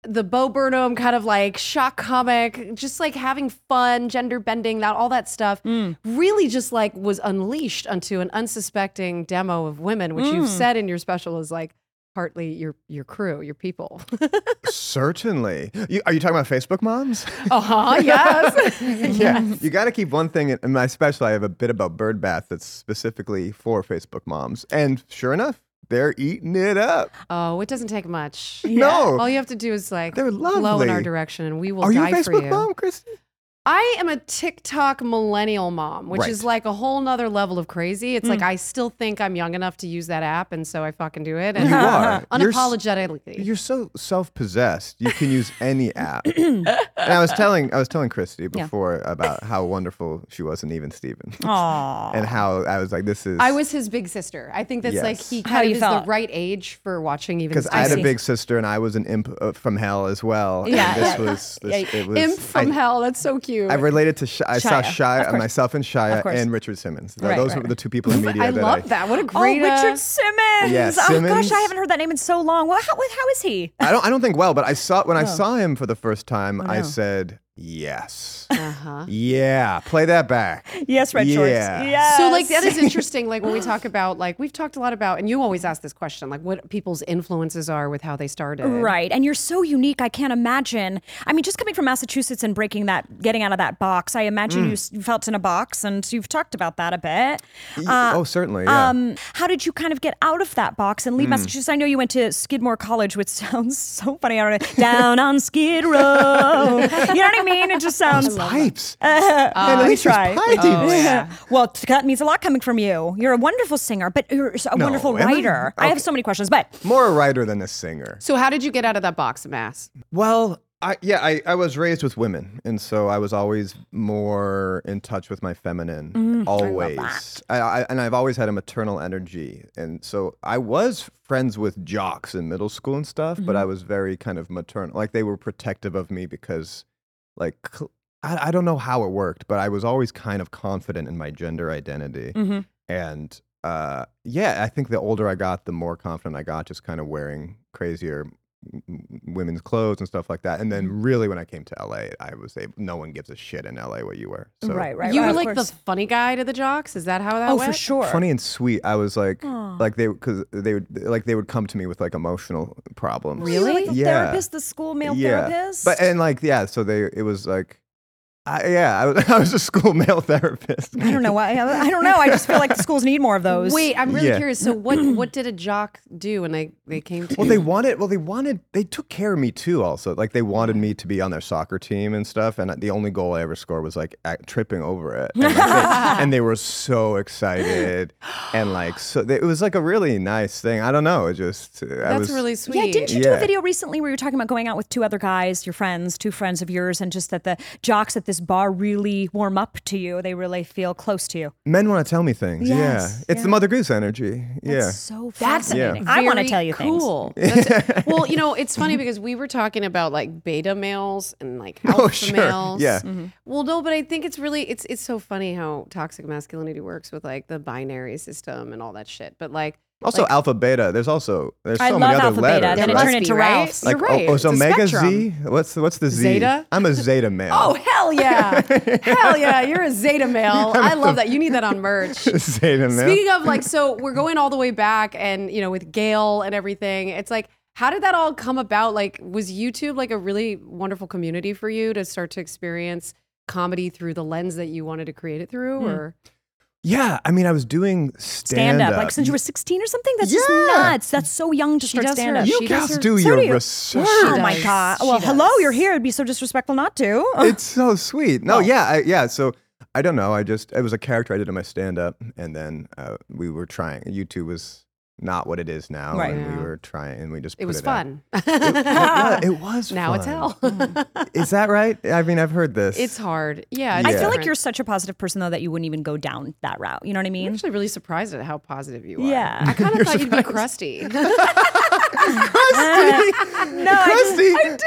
[SPEAKER 3] the Bo Burnham kind of like shock comic, just like having fun, gender bending, that all that stuff,
[SPEAKER 2] Mm.
[SPEAKER 3] really just like was unleashed onto an unsuspecting demo of women, which
[SPEAKER 2] Mm.
[SPEAKER 3] you've said in your special is like partly your your crew, your people.
[SPEAKER 4] [laughs] Certainly. You, are you talking about Facebook moms?
[SPEAKER 3] uh
[SPEAKER 2] Uh-huh,
[SPEAKER 3] huh. [laughs] Yes.
[SPEAKER 4] yeah. You got to keep one thing in, in my special. I have a bit about bird bath that's specifically for Facebook moms, and sure enough, they're eating it up.
[SPEAKER 3] [laughs] oh, it doesn't take much.
[SPEAKER 4] No.
[SPEAKER 3] All you have to do is like
[SPEAKER 4] They're
[SPEAKER 3] blow in our
[SPEAKER 4] lovely.
[SPEAKER 3] direction, and we will
[SPEAKER 4] are you a
[SPEAKER 3] die for
[SPEAKER 4] Facebook
[SPEAKER 3] you.
[SPEAKER 4] mom, Kristen?
[SPEAKER 3] I am a TikTok millennial mom, which is
[SPEAKER 4] Right. Hmm.
[SPEAKER 3] like a whole nother level of crazy. It's like I still think I'm young enough to use that app, and so I fucking do it. And [laughs]
[SPEAKER 4] You are. You're s-
[SPEAKER 3] unapologetically.
[SPEAKER 4] You're so self-possessed. You can use
[SPEAKER 3] [clears throat]
[SPEAKER 4] any app. and I was telling I was telling Christy before about how wonderful she was in Even Steven.
[SPEAKER 2] Aww.
[SPEAKER 4] [laughs] and how I was like, this is
[SPEAKER 3] I was his big sister. I think that's like
[SPEAKER 4] Yes.
[SPEAKER 3] he
[SPEAKER 2] How
[SPEAKER 3] kind
[SPEAKER 2] you
[SPEAKER 3] of is
[SPEAKER 2] felt?
[SPEAKER 3] the right age for watching even.
[SPEAKER 4] because I had
[SPEAKER 3] Stevens.
[SPEAKER 4] a big sister and I was an imp uh, from hell as well.
[SPEAKER 3] Yeah,
[SPEAKER 4] and this
[SPEAKER 3] yeah.
[SPEAKER 4] was this, it was
[SPEAKER 3] imp from
[SPEAKER 4] I,
[SPEAKER 3] hell. That's so cute.
[SPEAKER 4] I related to Shi I saw
[SPEAKER 2] Shia,
[SPEAKER 4] Shia,
[SPEAKER 2] of course.
[SPEAKER 4] myself and Shia
[SPEAKER 2] Of course.
[SPEAKER 4] and Richard Simmons. Th-
[SPEAKER 2] Right,
[SPEAKER 4] Those
[SPEAKER 2] right,
[SPEAKER 4] were
[SPEAKER 2] right.
[SPEAKER 4] the two people in media
[SPEAKER 3] I
[SPEAKER 4] that
[SPEAKER 3] love
[SPEAKER 4] I,
[SPEAKER 3] that. What a
[SPEAKER 2] Oh,
[SPEAKER 3] great. uh,
[SPEAKER 2] Richard Simmons.
[SPEAKER 4] Yeah,
[SPEAKER 2] Oh gosh,
[SPEAKER 4] Simmons.
[SPEAKER 2] I haven't heard that name in so long. Well, how, how is he?
[SPEAKER 4] I don't I don't think well, but I saw when I saw him for the first time, I said yes,
[SPEAKER 3] uh-huh.
[SPEAKER 4] yeah, play that back.
[SPEAKER 2] Yes, Red Shorts.
[SPEAKER 4] Yeah.
[SPEAKER 2] Yes.
[SPEAKER 3] uh, So like that is
[SPEAKER 2] [laughs]
[SPEAKER 3] interesting. Like when we talk about like we've talked a lot about, and you always ask this question, like what people's influences are with how they started.
[SPEAKER 2] Right. And you're so unique. I can't imagine. I mean, just coming from Massachusetts and breaking that, getting out of that box, I
[SPEAKER 4] Mm.
[SPEAKER 2] imagine you s- you felt in a box and you've talked about that a bit.
[SPEAKER 4] Y-
[SPEAKER 2] Uh,
[SPEAKER 4] oh, certainly, yeah.
[SPEAKER 2] Um, how did you kind of get out of that box and leave
[SPEAKER 4] Mm.
[SPEAKER 2] Massachusetts? I know you went to Skidmore College, which [laughs] sounds so funny. I don't know. Down on Skid Row. you know what I mean? It just
[SPEAKER 4] [laughs]
[SPEAKER 2] sounds.
[SPEAKER 4] pipes. Man, at
[SPEAKER 2] we
[SPEAKER 4] least there's
[SPEAKER 2] try. Oh,
[SPEAKER 4] pipes.
[SPEAKER 2] [laughs] Well, t- that means a lot coming from you. You're a wonderful singer, but you're s- a
[SPEAKER 4] No,
[SPEAKER 2] wonderful
[SPEAKER 4] am I?
[SPEAKER 2] writer. I have so many questions, but
[SPEAKER 4] More a writer than a singer.
[SPEAKER 3] So how did you get out of that box of mass?
[SPEAKER 4] Well, I yeah, I, I was raised with women, and so I was always more in touch with my feminine. always, I, I, and I've always had a maternal energy, and so I was friends with jocks in middle school and stuff, but I was very kind of maternal. Like they were protective of me because, like, cl- I, I don't know how it worked, but I was always kind of confident in my gender identity,
[SPEAKER 2] Mhm.
[SPEAKER 4] and. Uh, yeah, I think the older I got, the more confident I got, just kind of wearing crazier m- women's clothes and stuff like that. And
[SPEAKER 2] Mm-hmm.
[SPEAKER 4] then really when I came to LA, I was able, no one gives a shit in LA what you wear. So
[SPEAKER 2] right, right.
[SPEAKER 3] you
[SPEAKER 2] right,
[SPEAKER 3] were
[SPEAKER 2] of
[SPEAKER 3] like the
[SPEAKER 2] course.
[SPEAKER 3] funny guy to the jocks. Is that how that
[SPEAKER 2] oh,
[SPEAKER 3] went?
[SPEAKER 2] for sure.
[SPEAKER 4] funny and sweet. I was like,
[SPEAKER 2] Aw.
[SPEAKER 4] like they, cause they would, like they would come to me with like emotional problems.
[SPEAKER 2] Were you like the
[SPEAKER 4] Yeah.
[SPEAKER 2] therapist, the school male
[SPEAKER 4] yeah.
[SPEAKER 2] therapist.
[SPEAKER 4] But, and like, yeah, so they, it was like, I, yeah, I was, [laughs] I was a school male therapist.
[SPEAKER 2] I don't know why. I don't know. I just feel like the schools need more of those.
[SPEAKER 3] Wait, I'm really
[SPEAKER 4] Yeah.
[SPEAKER 3] curious. So [clears throat] what what did a jock do when they they came to?
[SPEAKER 4] Well,
[SPEAKER 3] you?
[SPEAKER 4] they wanted. Well, they wanted. They took care of me too. Also, like they wanted me to be on their soccer team and stuff. And the only goal I ever scored was like at, tripping over it. And, like,
[SPEAKER 2] [laughs]
[SPEAKER 4] they, and they were so excited, and like so, they, it was like a really nice thing. I don't know. It just uh, I
[SPEAKER 3] That's
[SPEAKER 4] was
[SPEAKER 3] really sweet.
[SPEAKER 2] Yeah, didn't you do a
[SPEAKER 4] Yeah.
[SPEAKER 2] video recently where you were talking about going out with two other guys, your friends, two friends of yours, and just that the jocks at this bar really warm up to you? They really feel close to you.
[SPEAKER 4] men want to tell me things.
[SPEAKER 2] Yes,
[SPEAKER 4] yeah, it's the
[SPEAKER 2] yeah.
[SPEAKER 4] Mother Goose energy.
[SPEAKER 2] That's
[SPEAKER 4] yeah,
[SPEAKER 2] so
[SPEAKER 3] That's
[SPEAKER 2] fascinating.
[SPEAKER 3] very
[SPEAKER 2] I want to tell you
[SPEAKER 3] [laughs] cool. That's- well, you know, it's
[SPEAKER 4] [laughs]
[SPEAKER 3] funny because we were talking about like beta males and like alpha
[SPEAKER 4] Oh, sure.
[SPEAKER 3] males.
[SPEAKER 4] Yeah.
[SPEAKER 3] Well, no, but I think it's really it's it's so funny how toxic masculinity works with like the binary system and all that shit. But like
[SPEAKER 4] Also, alpha beta. There's also there's
[SPEAKER 2] I
[SPEAKER 4] so
[SPEAKER 2] love
[SPEAKER 4] many other
[SPEAKER 2] alpha beta.
[SPEAKER 4] letters.
[SPEAKER 2] Then it
[SPEAKER 4] right?
[SPEAKER 2] turned into
[SPEAKER 3] right?
[SPEAKER 2] Ralph's.
[SPEAKER 3] You're
[SPEAKER 4] Like
[SPEAKER 3] right.
[SPEAKER 4] oh, oh so
[SPEAKER 3] It's a
[SPEAKER 4] mega
[SPEAKER 3] spectrum.
[SPEAKER 4] Z. What's what's the Z?
[SPEAKER 3] Zeta?
[SPEAKER 4] am a Zeta male.
[SPEAKER 3] Oh hell yeah, hell yeah! You're a Zeta [laughs] male. I love that. You need that on [laughs] merch.
[SPEAKER 4] [laughs] Zeta male.
[SPEAKER 3] Speaking of like, so we're going all the way back, and you know, with Gail and everything, it's like, how did that all come about? Like, was YouTube like a really wonderful community for you to start to experience comedy through the lens that you wanted to create it through?
[SPEAKER 4] Hmm.
[SPEAKER 3] Or
[SPEAKER 4] Yeah, I mean, I was doing stand,
[SPEAKER 2] Stand up, like since you were 16 or something. That's just
[SPEAKER 4] Yeah.
[SPEAKER 2] nuts. That's so young to start
[SPEAKER 3] does her-
[SPEAKER 2] stand up.
[SPEAKER 4] You
[SPEAKER 3] She does
[SPEAKER 4] guys
[SPEAKER 3] her-
[SPEAKER 4] do
[SPEAKER 2] So
[SPEAKER 4] your
[SPEAKER 2] do you.
[SPEAKER 4] research.
[SPEAKER 2] oh
[SPEAKER 3] does.
[SPEAKER 2] my god.
[SPEAKER 3] She
[SPEAKER 2] Well, hello,
[SPEAKER 3] does.
[SPEAKER 2] you're here. It'd be so disrespectful not to.
[SPEAKER 4] It's so sweet.
[SPEAKER 3] Oh.
[SPEAKER 4] No, yeah, I, yeah. So I don't know. I just it was a character I did in my stand up, and then uh, we were trying. YouTube was not what it is now,
[SPEAKER 2] Right.
[SPEAKER 4] and
[SPEAKER 3] Yeah.
[SPEAKER 4] we were trying, and we just
[SPEAKER 3] it
[SPEAKER 4] put
[SPEAKER 3] was
[SPEAKER 4] out.
[SPEAKER 3] fun. [laughs]
[SPEAKER 4] It, wa- it was
[SPEAKER 3] now it's
[SPEAKER 4] fun.
[SPEAKER 3] hell.
[SPEAKER 4] [laughs] Is that right? I mean, I've heard this. [laughs]
[SPEAKER 3] it's hard. Yeah,
[SPEAKER 2] I feel like
[SPEAKER 3] different.
[SPEAKER 2] you're such a positive person though that you wouldn't even go down that route. You know what I
[SPEAKER 3] I'm
[SPEAKER 2] mean?
[SPEAKER 3] actually really surprised at how positive you are.
[SPEAKER 2] Yeah.
[SPEAKER 3] I [laughs]
[SPEAKER 4] [laughs]
[SPEAKER 3] kind of thought you'd be crusty.
[SPEAKER 2] no, I just-
[SPEAKER 3] [laughs]
[SPEAKER 4] Christy, I did.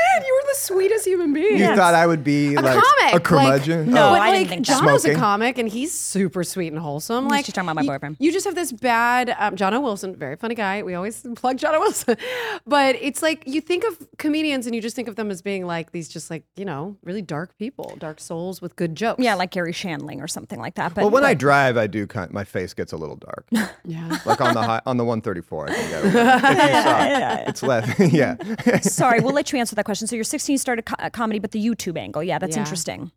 [SPEAKER 3] sweetest human being.
[SPEAKER 4] You thought I would be
[SPEAKER 3] a
[SPEAKER 4] like
[SPEAKER 3] comic,
[SPEAKER 4] a curmudgeon? Oh.
[SPEAKER 3] Like,
[SPEAKER 2] No,
[SPEAKER 3] but
[SPEAKER 2] I
[SPEAKER 3] like
[SPEAKER 2] didn't think that.
[SPEAKER 3] John was a
[SPEAKER 4] Smoking.
[SPEAKER 3] comic, and he's super sweet and wholesome. Like
[SPEAKER 2] just talking about my
[SPEAKER 3] you-
[SPEAKER 2] boyfriend.
[SPEAKER 3] You, just have this bad um, John O. Wilson, very funny guy. We always plug John O. Wilson, [laughs] but it's like you think of comedians and you just think of them as being like these, just like you know, really dark people, dark souls with good jokes.
[SPEAKER 2] Yeah, like Gary Shandling or something like that. But
[SPEAKER 4] well, when I
[SPEAKER 2] but- [laughs]
[SPEAKER 4] drive, I do kind. My face gets a little dark,
[SPEAKER 3] yeah.
[SPEAKER 4] like on the high, on the 134. I think that would be. If you saw it.
[SPEAKER 2] [laughs]
[SPEAKER 4] It's left. [laughs] yeah.
[SPEAKER 2] Sorry, we'll let you answer that question. So you're 16, started co- uh, comedy, but the YouTube angle. Yeah, that's
[SPEAKER 3] Yeah.
[SPEAKER 2] interesting.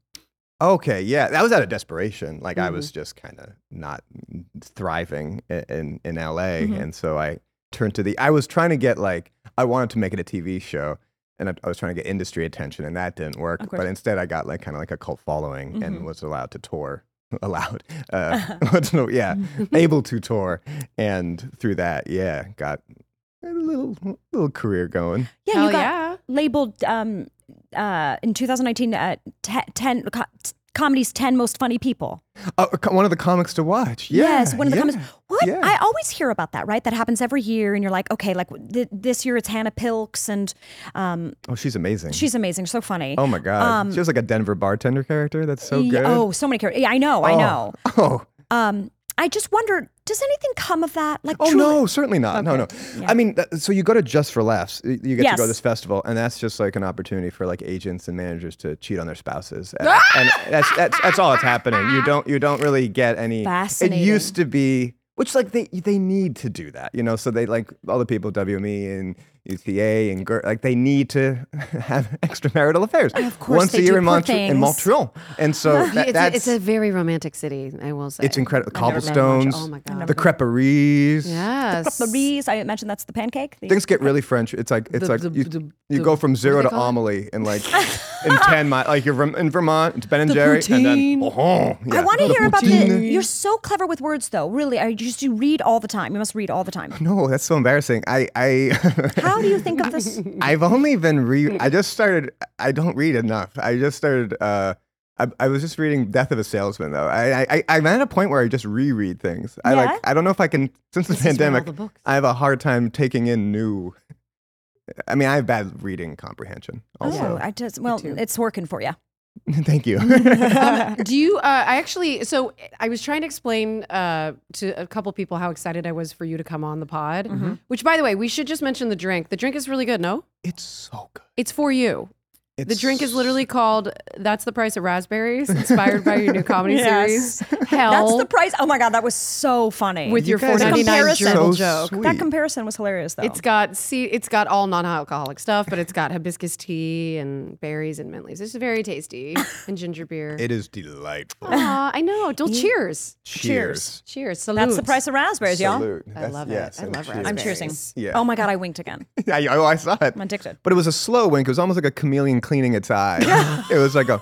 [SPEAKER 4] okay. Yeah. That was out of desperation. Like
[SPEAKER 2] Mm-hmm.
[SPEAKER 4] I was just kind of not thriving i- in in LA,
[SPEAKER 2] Mm-hmm.
[SPEAKER 4] and so I turned to the. I was trying to get like I wanted to make it a TV show. And I, I was trying to get industry attention, and that didn't work.
[SPEAKER 2] Of course. Mm-hmm.
[SPEAKER 4] But instead, I got like kind of like a cult following and was allowed to tour. [laughs] allowed,
[SPEAKER 2] [laughs]
[SPEAKER 4] uh, [laughs] what's the- yeah, able to tour, and through that, yeah, got a little little career going.
[SPEAKER 2] Yeah,
[SPEAKER 3] Hell
[SPEAKER 2] you got
[SPEAKER 3] yeah.
[SPEAKER 2] labeled um, uh, in 2019 uh, te- 10 co- t- comedy's 10 most funny people.
[SPEAKER 4] Oh, co- one of the comics to watch. Yeah,
[SPEAKER 2] yes, one of the
[SPEAKER 4] yeah.
[SPEAKER 2] comments. What?
[SPEAKER 4] yeah.
[SPEAKER 2] I always hear about that, right? That happens every year, and you're like, okay, like th- this year it's Hannah Pilks, and um,
[SPEAKER 4] Oh, she's amazing.
[SPEAKER 2] she's amazing, so funny.
[SPEAKER 4] Oh my god,
[SPEAKER 2] Um,
[SPEAKER 4] she was like a Denver bartender character. That's so
[SPEAKER 2] Yeah,
[SPEAKER 4] good.
[SPEAKER 2] oh, so many characters. Yeah, I know, I
[SPEAKER 4] Oh.
[SPEAKER 2] know.
[SPEAKER 4] [laughs] Oh,
[SPEAKER 2] Um, I just wonder, does anything come of that? Like,
[SPEAKER 4] oh
[SPEAKER 2] truly-
[SPEAKER 4] no, certainly not. No, no. I mean, th- so you go to Just for Laughs. You you get to go
[SPEAKER 2] Yes.
[SPEAKER 4] to this festival, and that's just like an opportunity for like agents and managers to cheat on their spouses.
[SPEAKER 2] [laughs]
[SPEAKER 4] And, and that's that's that's all that's happening. You don't you don't really get any.
[SPEAKER 2] Fascinating.
[SPEAKER 4] It used to be. Which like they they need to do that, you know. So they like all the people WME and UTA and GER, like they need to [laughs] have extramarital affairs of
[SPEAKER 2] course
[SPEAKER 4] once
[SPEAKER 2] they
[SPEAKER 4] a year
[SPEAKER 2] do,
[SPEAKER 4] in,
[SPEAKER 2] poor
[SPEAKER 4] Montr- in
[SPEAKER 2] things.
[SPEAKER 4] Montreal, and
[SPEAKER 2] [laughs]
[SPEAKER 4] so that,
[SPEAKER 3] it's,
[SPEAKER 4] that's
[SPEAKER 3] a, it's a very romantic city, I will say.
[SPEAKER 4] It's incredible.
[SPEAKER 3] I've never been much.
[SPEAKER 4] Cobblestones.
[SPEAKER 3] Oh my god.
[SPEAKER 4] the creperies.
[SPEAKER 3] yes.
[SPEAKER 2] Maries, I imagine that's the pancake. The-
[SPEAKER 4] Things get really French. It's like it's
[SPEAKER 3] The-
[SPEAKER 4] like
[SPEAKER 3] the-
[SPEAKER 4] you,
[SPEAKER 3] the-
[SPEAKER 4] you
[SPEAKER 3] the-
[SPEAKER 4] go from zero
[SPEAKER 3] what do
[SPEAKER 4] to
[SPEAKER 3] they call it?
[SPEAKER 4] Amelie in
[SPEAKER 3] [laughs]
[SPEAKER 4] like in ten miles. Like you're from in Vermont. It's Ben and Jerry, and then
[SPEAKER 3] poutine.
[SPEAKER 4] oh, yeah.
[SPEAKER 2] I want to hear about the.
[SPEAKER 4] poutine.
[SPEAKER 2] You're so clever with words, though. Really, I just you read all the time. You must read all the time.
[SPEAKER 4] No, that's so embarrassing. I I
[SPEAKER 2] How do you think of
[SPEAKER 4] [laughs]
[SPEAKER 2] this?
[SPEAKER 4] I've only been
[SPEAKER 3] [laughs]
[SPEAKER 4] re. I just started. I don't read enough. I just started. Uh, I, I was just reading Death of a Salesman though. I, I I- I'm at a point where I just reread things. I
[SPEAKER 2] Yeah?
[SPEAKER 4] like. I don't know if I can. Since the
[SPEAKER 3] where all
[SPEAKER 4] pandemic,
[SPEAKER 3] the books-
[SPEAKER 4] I have a hard time taking in new. I mean, I have bad reading comprehension.
[SPEAKER 2] Oh,
[SPEAKER 4] Also,
[SPEAKER 2] I just well, it's working for you.
[SPEAKER 3] Oh.
[SPEAKER 4] [laughs] thank
[SPEAKER 3] [laughs]
[SPEAKER 4] you.
[SPEAKER 3] Do you? Uh, I actually. So I was trying to explain uh, to a couple people how excited I was for you to come on the pod.
[SPEAKER 2] Mm-hmm.
[SPEAKER 3] Which, by the way, we should just mention the drink. The drink is really good. No,
[SPEAKER 4] it's so good.
[SPEAKER 3] it's for you.
[SPEAKER 4] It's
[SPEAKER 3] The drink
[SPEAKER 2] [laughs]
[SPEAKER 3] is literally called "That's the Price of Raspberries," inspired by your new
[SPEAKER 2] [laughs]
[SPEAKER 3] comedy
[SPEAKER 2] Yes.
[SPEAKER 3] series. Hell,
[SPEAKER 2] That's the price. Oh my god, that was so funny.
[SPEAKER 3] with your
[SPEAKER 4] guys
[SPEAKER 3] four
[SPEAKER 4] are
[SPEAKER 3] ninety nine
[SPEAKER 2] comparison.
[SPEAKER 3] gerbil
[SPEAKER 4] So
[SPEAKER 3] joke.
[SPEAKER 4] sweet.
[SPEAKER 2] that comparison was hilarious, though.
[SPEAKER 3] It's got see, it's got all non-alcoholic stuff, but it's got hibiscus tea and berries and mint leaves. It's very tasty and ginger beer.
[SPEAKER 4] It is delightful.
[SPEAKER 3] Aw, I know.
[SPEAKER 2] [laughs]
[SPEAKER 3] Don't cheers.
[SPEAKER 4] Cheers.
[SPEAKER 3] Cheers. Salute.
[SPEAKER 2] That's the price of raspberries, y'all.
[SPEAKER 4] Salute.
[SPEAKER 3] I
[SPEAKER 4] That's-
[SPEAKER 3] love
[SPEAKER 4] yes,
[SPEAKER 3] it. I
[SPEAKER 4] and
[SPEAKER 3] love
[SPEAKER 4] cheers.
[SPEAKER 2] I'm
[SPEAKER 3] raspberries.
[SPEAKER 2] cheersing.
[SPEAKER 4] Yeah.
[SPEAKER 2] Oh my god, I winked again.
[SPEAKER 4] [laughs] Yeah, I- oh, I saw it.
[SPEAKER 2] I'm addicted.
[SPEAKER 4] But it was a slow wink. It was almost like a chameleon cleaning its eye. it was like a.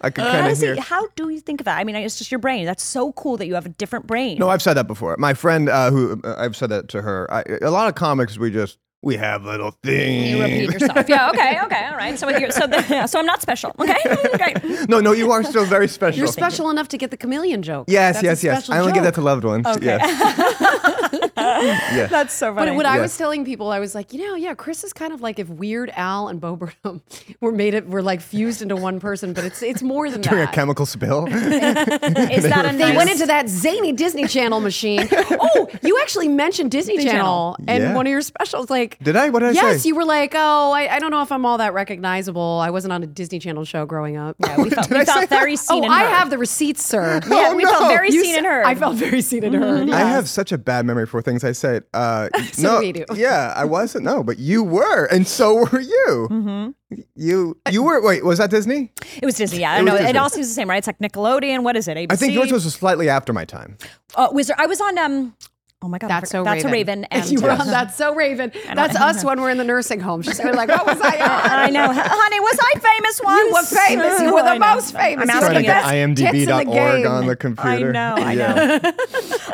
[SPEAKER 4] I could kind of hear.
[SPEAKER 2] Honestly, how do you think of that? I mean, it's just your brain. That's so cool that you have a different brain.
[SPEAKER 4] No, I've said that before. My friend, uh, who uh, I've said that to her. I, a lot of comics, we just we have little things.
[SPEAKER 2] you repeat yourself. yeah. Okay. Okay. All right. So, you're- so, the, [laughs] yeah, so I'm not special. Okay. Okay.
[SPEAKER 4] [laughs] [laughs] no, no, you are still very special.
[SPEAKER 3] You're special enough to get the chameleon joke.
[SPEAKER 4] Yes,
[SPEAKER 3] That's a
[SPEAKER 4] yes, yes.
[SPEAKER 3] special
[SPEAKER 4] I only give that
[SPEAKER 3] joke.
[SPEAKER 4] to loved ones. Yes. yes.
[SPEAKER 2] That's so funny.
[SPEAKER 3] But what I
[SPEAKER 4] Yeah.
[SPEAKER 3] was telling people, I was like, you know, yeah, Chris is kind of like if Weird Al and Bo Burnham [laughs] were made it, were like fused into one person, but it's it's more than
[SPEAKER 4] [laughs] During a
[SPEAKER 3] that.
[SPEAKER 4] chemical spill.
[SPEAKER 2] Is that a
[SPEAKER 3] They
[SPEAKER 2] nice-
[SPEAKER 3] went into that zany Disney Channel
[SPEAKER 4] [laughs]
[SPEAKER 3] machine. oh, you actually mentioned Disney, Channel, and
[SPEAKER 4] Yeah.
[SPEAKER 3] one of your specials. Like,
[SPEAKER 4] Did I? What did I
[SPEAKER 3] yes,
[SPEAKER 4] say?
[SPEAKER 3] you were like, oh, I, I don't know if I'm all that recognizable. I wasn't on a Disney Channel show growing up. Yeah,
[SPEAKER 2] we felt, we
[SPEAKER 4] I
[SPEAKER 2] felt
[SPEAKER 4] say that?
[SPEAKER 2] very
[SPEAKER 3] oh,
[SPEAKER 2] seen and
[SPEAKER 3] I
[SPEAKER 2] heard.
[SPEAKER 3] have the receipts, sir.
[SPEAKER 2] Yeah,
[SPEAKER 4] [laughs] Oh,
[SPEAKER 2] we felt
[SPEAKER 4] no. Mm-hmm.
[SPEAKER 2] very
[SPEAKER 3] You
[SPEAKER 2] seen
[SPEAKER 3] s-
[SPEAKER 2] and heard.
[SPEAKER 3] I felt very seen and heard.
[SPEAKER 4] I have such a bad memory for things I said. Uh,
[SPEAKER 3] [laughs] So
[SPEAKER 4] no,
[SPEAKER 3] we do.
[SPEAKER 4] [laughs] Yeah, I wasn't. No, but you were, and so [laughs] were you.
[SPEAKER 3] Mm-hmm.
[SPEAKER 4] You you were. Wait, was that Disney?
[SPEAKER 2] It was Disney. Yeah, I don't
[SPEAKER 4] was
[SPEAKER 2] know. It
[SPEAKER 4] Disney.
[SPEAKER 2] all seems the same, right? It's like Nickelodeon. What is it? ABC.
[SPEAKER 4] I think yours was slightly after my time.
[SPEAKER 2] Uh, was there, I was on. Um, oh my god. I
[SPEAKER 3] That's
[SPEAKER 2] forgot-
[SPEAKER 3] so
[SPEAKER 2] That's
[SPEAKER 3] Raven.
[SPEAKER 2] a Raven. [laughs]
[SPEAKER 3] [laughs]
[SPEAKER 2] And uh,
[SPEAKER 3] you were on That's So Raven. That's us when we're in the nursing home. She's gonna be like, what
[SPEAKER 2] [laughs]
[SPEAKER 3] was I on?
[SPEAKER 2] I know, honey. Was I famous once?
[SPEAKER 3] You were famous. You were
[SPEAKER 2] I
[SPEAKER 3] the
[SPEAKER 2] know.
[SPEAKER 3] most famous.
[SPEAKER 2] I'm
[SPEAKER 3] You were
[SPEAKER 2] asking
[SPEAKER 3] the
[SPEAKER 4] Trying
[SPEAKER 2] you.
[SPEAKER 3] best tits
[SPEAKER 4] to get
[SPEAKER 3] in the
[SPEAKER 4] imdb.org
[SPEAKER 3] game.
[SPEAKER 4] on the computer.
[SPEAKER 2] know, [laughs] I
[SPEAKER 4] Yeah.